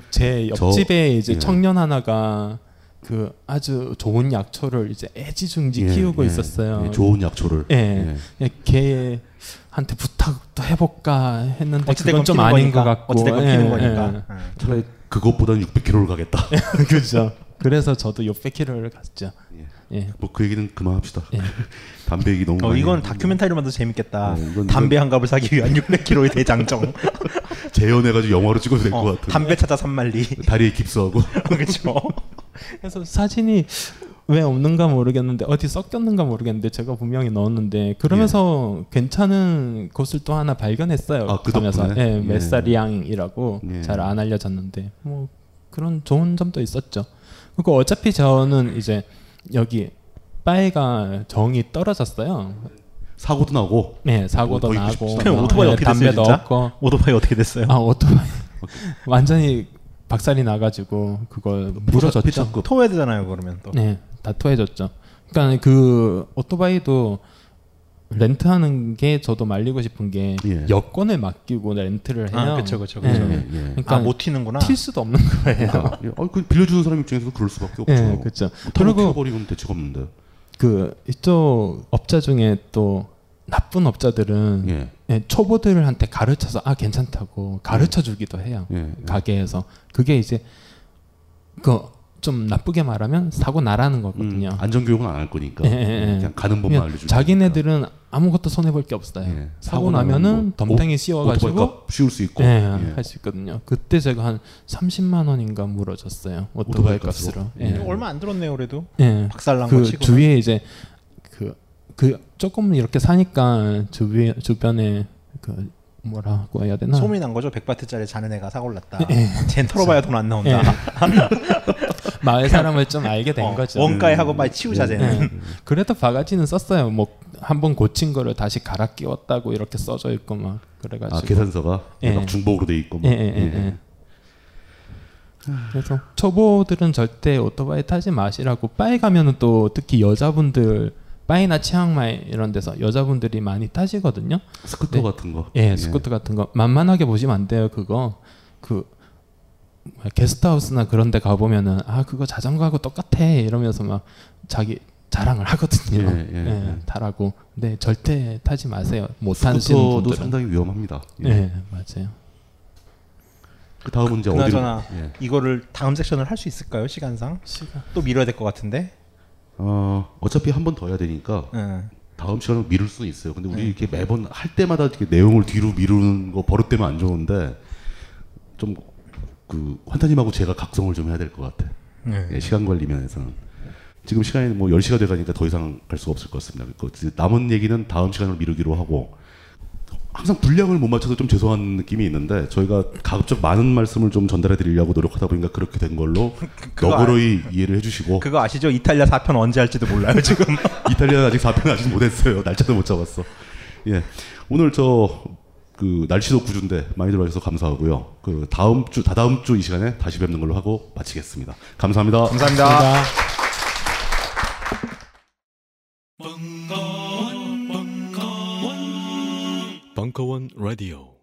제
저-
옆집에 이제
예.
청년 하나가 그 아주 좋은 약초를 이제 애지중지
예,
키우고
예,
있었어요.
예, 좋은 약초를.
예. 예, 걔한테 부탁도 해볼까 했는데
어찌됐건
그건 좀
피는
아닌
거니까.
것 같고. 예,
어찌됐건 피는 거니까.
차라리 그것보단 600km를 가겠다.
예. 그죠. 그래서 저도 600km를 갔죠. 예.
뭐 그 얘기는 그만합시다. 담배 얘기 너무
어,
많이
이건
했는데.
다큐멘터리로 만도 재밌겠다.
어, 이건-
담배
이건-
한 갑을 사기 위한 600km의 대장정.
재현해가지고 영화로 찍어도 될 것 같은.
담배 찾아 산말리.
다리에 깁스하고.
그렇죠.
그래서 사진이 왜 없는가 모르겠는데 어디 섞였는가 모르겠는데 제가 분명히 넣었는데 그러면서 괜찮은 곳을 또 하나 발견했어요.
예. 아, 그
가면서.
덕분에?
예,
예.
메사리앙이라고
예.
잘 안 알려졌는데 뭐 그런 좋은 점도 있었죠. 그리고 어차피 저는 이제 여기 빠이가 정이 떨어졌어요.
사고도 나고.
네, 사고도
거의
나고
90%.
뭐, 예, 담배도 없고
예?
오토바이 어떻게 됐어요?
아 오토바이 완전히 박살이 나가지고 그걸
뭐
물어졌죠.
토해되잖아요 그러면 또.
네, 다 토해졌죠. 그러니까 그 오토바이도 렌트하는 게 저도 말리고 싶은 게 여권을 맡기고 렌트를 해요.
아, 그쵸, 그쵸, 그쵸.
네.
예, 예.
그러니까
아, 못 튀는구나.
튈 수도 없는 거예요.
아, 예. 아, 그 빌려주는 사람 입장에서도 그럴 수밖에 없죠.
예, 그렇죠.
그리고
그리고-
버리면 대책 없는데.
그 이쪽 업자 중에 또 나쁜 업자들은 예, 초보들한테 가르쳐서 아 괜찮다고 가르쳐 주기도 해요
예.
가게에서 그게 이제 그 좀 나쁘게 말하면 사고 나라는 거거든요.
음, 안전 교육은 안 할 거니까
예, 예, 예.
그냥 가는 법만
그냥
알려주면.
자기네들은 아무것도 손해 볼 게 없어요. 예. 사고 나면은 덤탱이 씌워가지고
씌울 수 있고
예, 할수 있거든요. 그때 제가 한 30만 원인가 물어졌어요. 오토바이 값으로. 예.
얼마 안 들었네요 그래도.
예.
박살난
그
거 치고.
주위에 이제 그, 그 조금 이렇게 사니까 주위 주변에 그 뭐라고 해야 되나
소문이 난 거죠. 100바트짜리 자는 애가 사고 났다.
네. 예.
쟨 털어봐야 돈 안 나온다.
예. 마을 사람을 좀 알게 된
어,
거죠.
원가에
음.
하고 빨리 치우자,
네.
쟤는.
그래도 바가지는 썼어요. 뭐 한 번 고친 거를 다시 갈아 끼웠다고 이렇게 써져 있고 막 그래가지고.
아, 계산서가? 막 중복으로 돼 있고 막.
예, 예, 예,
예.
예. 그래서 초보들은 절대 오토바이 타지 마시라고 바에 가면은 또 특히 여자분들 바이나 치앙마이 이런 데서 여자분들이 많이 타시거든요.
스쿠터 같은 거.
예,
예.
스쿠터 같은 거 만만하게 보시면 안 돼요. 그거 그 뭐야, 게스트하우스나 그런 데 가보면은 아 그거 자전거하고 똑같아 이러면서 막 자기 자랑을 하거든요.
예, 예, 예.
타라고. 근데 절대 타지 마세요. 못 타시는
스쿠터도
뭐 분들은
상당히 위험합니다. 예.
예 맞아요.
그 다음은 이제 어디로? 예.
그나저나 이거를 다음 섹션을 할 수 있을까요 시간상? 또 미뤄야 될 것 같은데.
어 어차피 한 번 더 해야 되니까
예.
다음 시간은 미룰 수는 있어요. 근데 우리
네.
이렇게 매번 할 때마다 이렇게 내용을 뒤로 미루는 거 버릇되면 안 좋은데 좀 그 환타님하고 제가 각성을 좀 해야 될 것 같아.
네.
예, 시간 관리 면에서는 지금 시간이 뭐 10시가 돼가니까 더 이상 갈 수가 없을 것 같습니다. 그 남은 얘기는 다음 시간으로 미루기로 하고 항상 분량을 못 맞춰서 좀 죄송한 느낌이 있는데 저희가 가급적 많은 말씀을 좀 전달해 드리려고 노력하다 보니까 그렇게 된 걸로
그거 아-
너그러이 이해를 해주시고
그거 아시죠? 이탈리아 4편 언제 할지도 몰라요 지금.
이탈리아 아직 4편 아직 못했어요. 날짜도 못 잡았어. 예. 오늘 저 그 날씨도 구준데 많이들 와주셔서 감사하고요. 그 다음 주 다다음 주 이 시간에 다시 뵙는 걸로 하고 마치겠습니다. 감사합니다.
감사합니다.
벙커원 라디오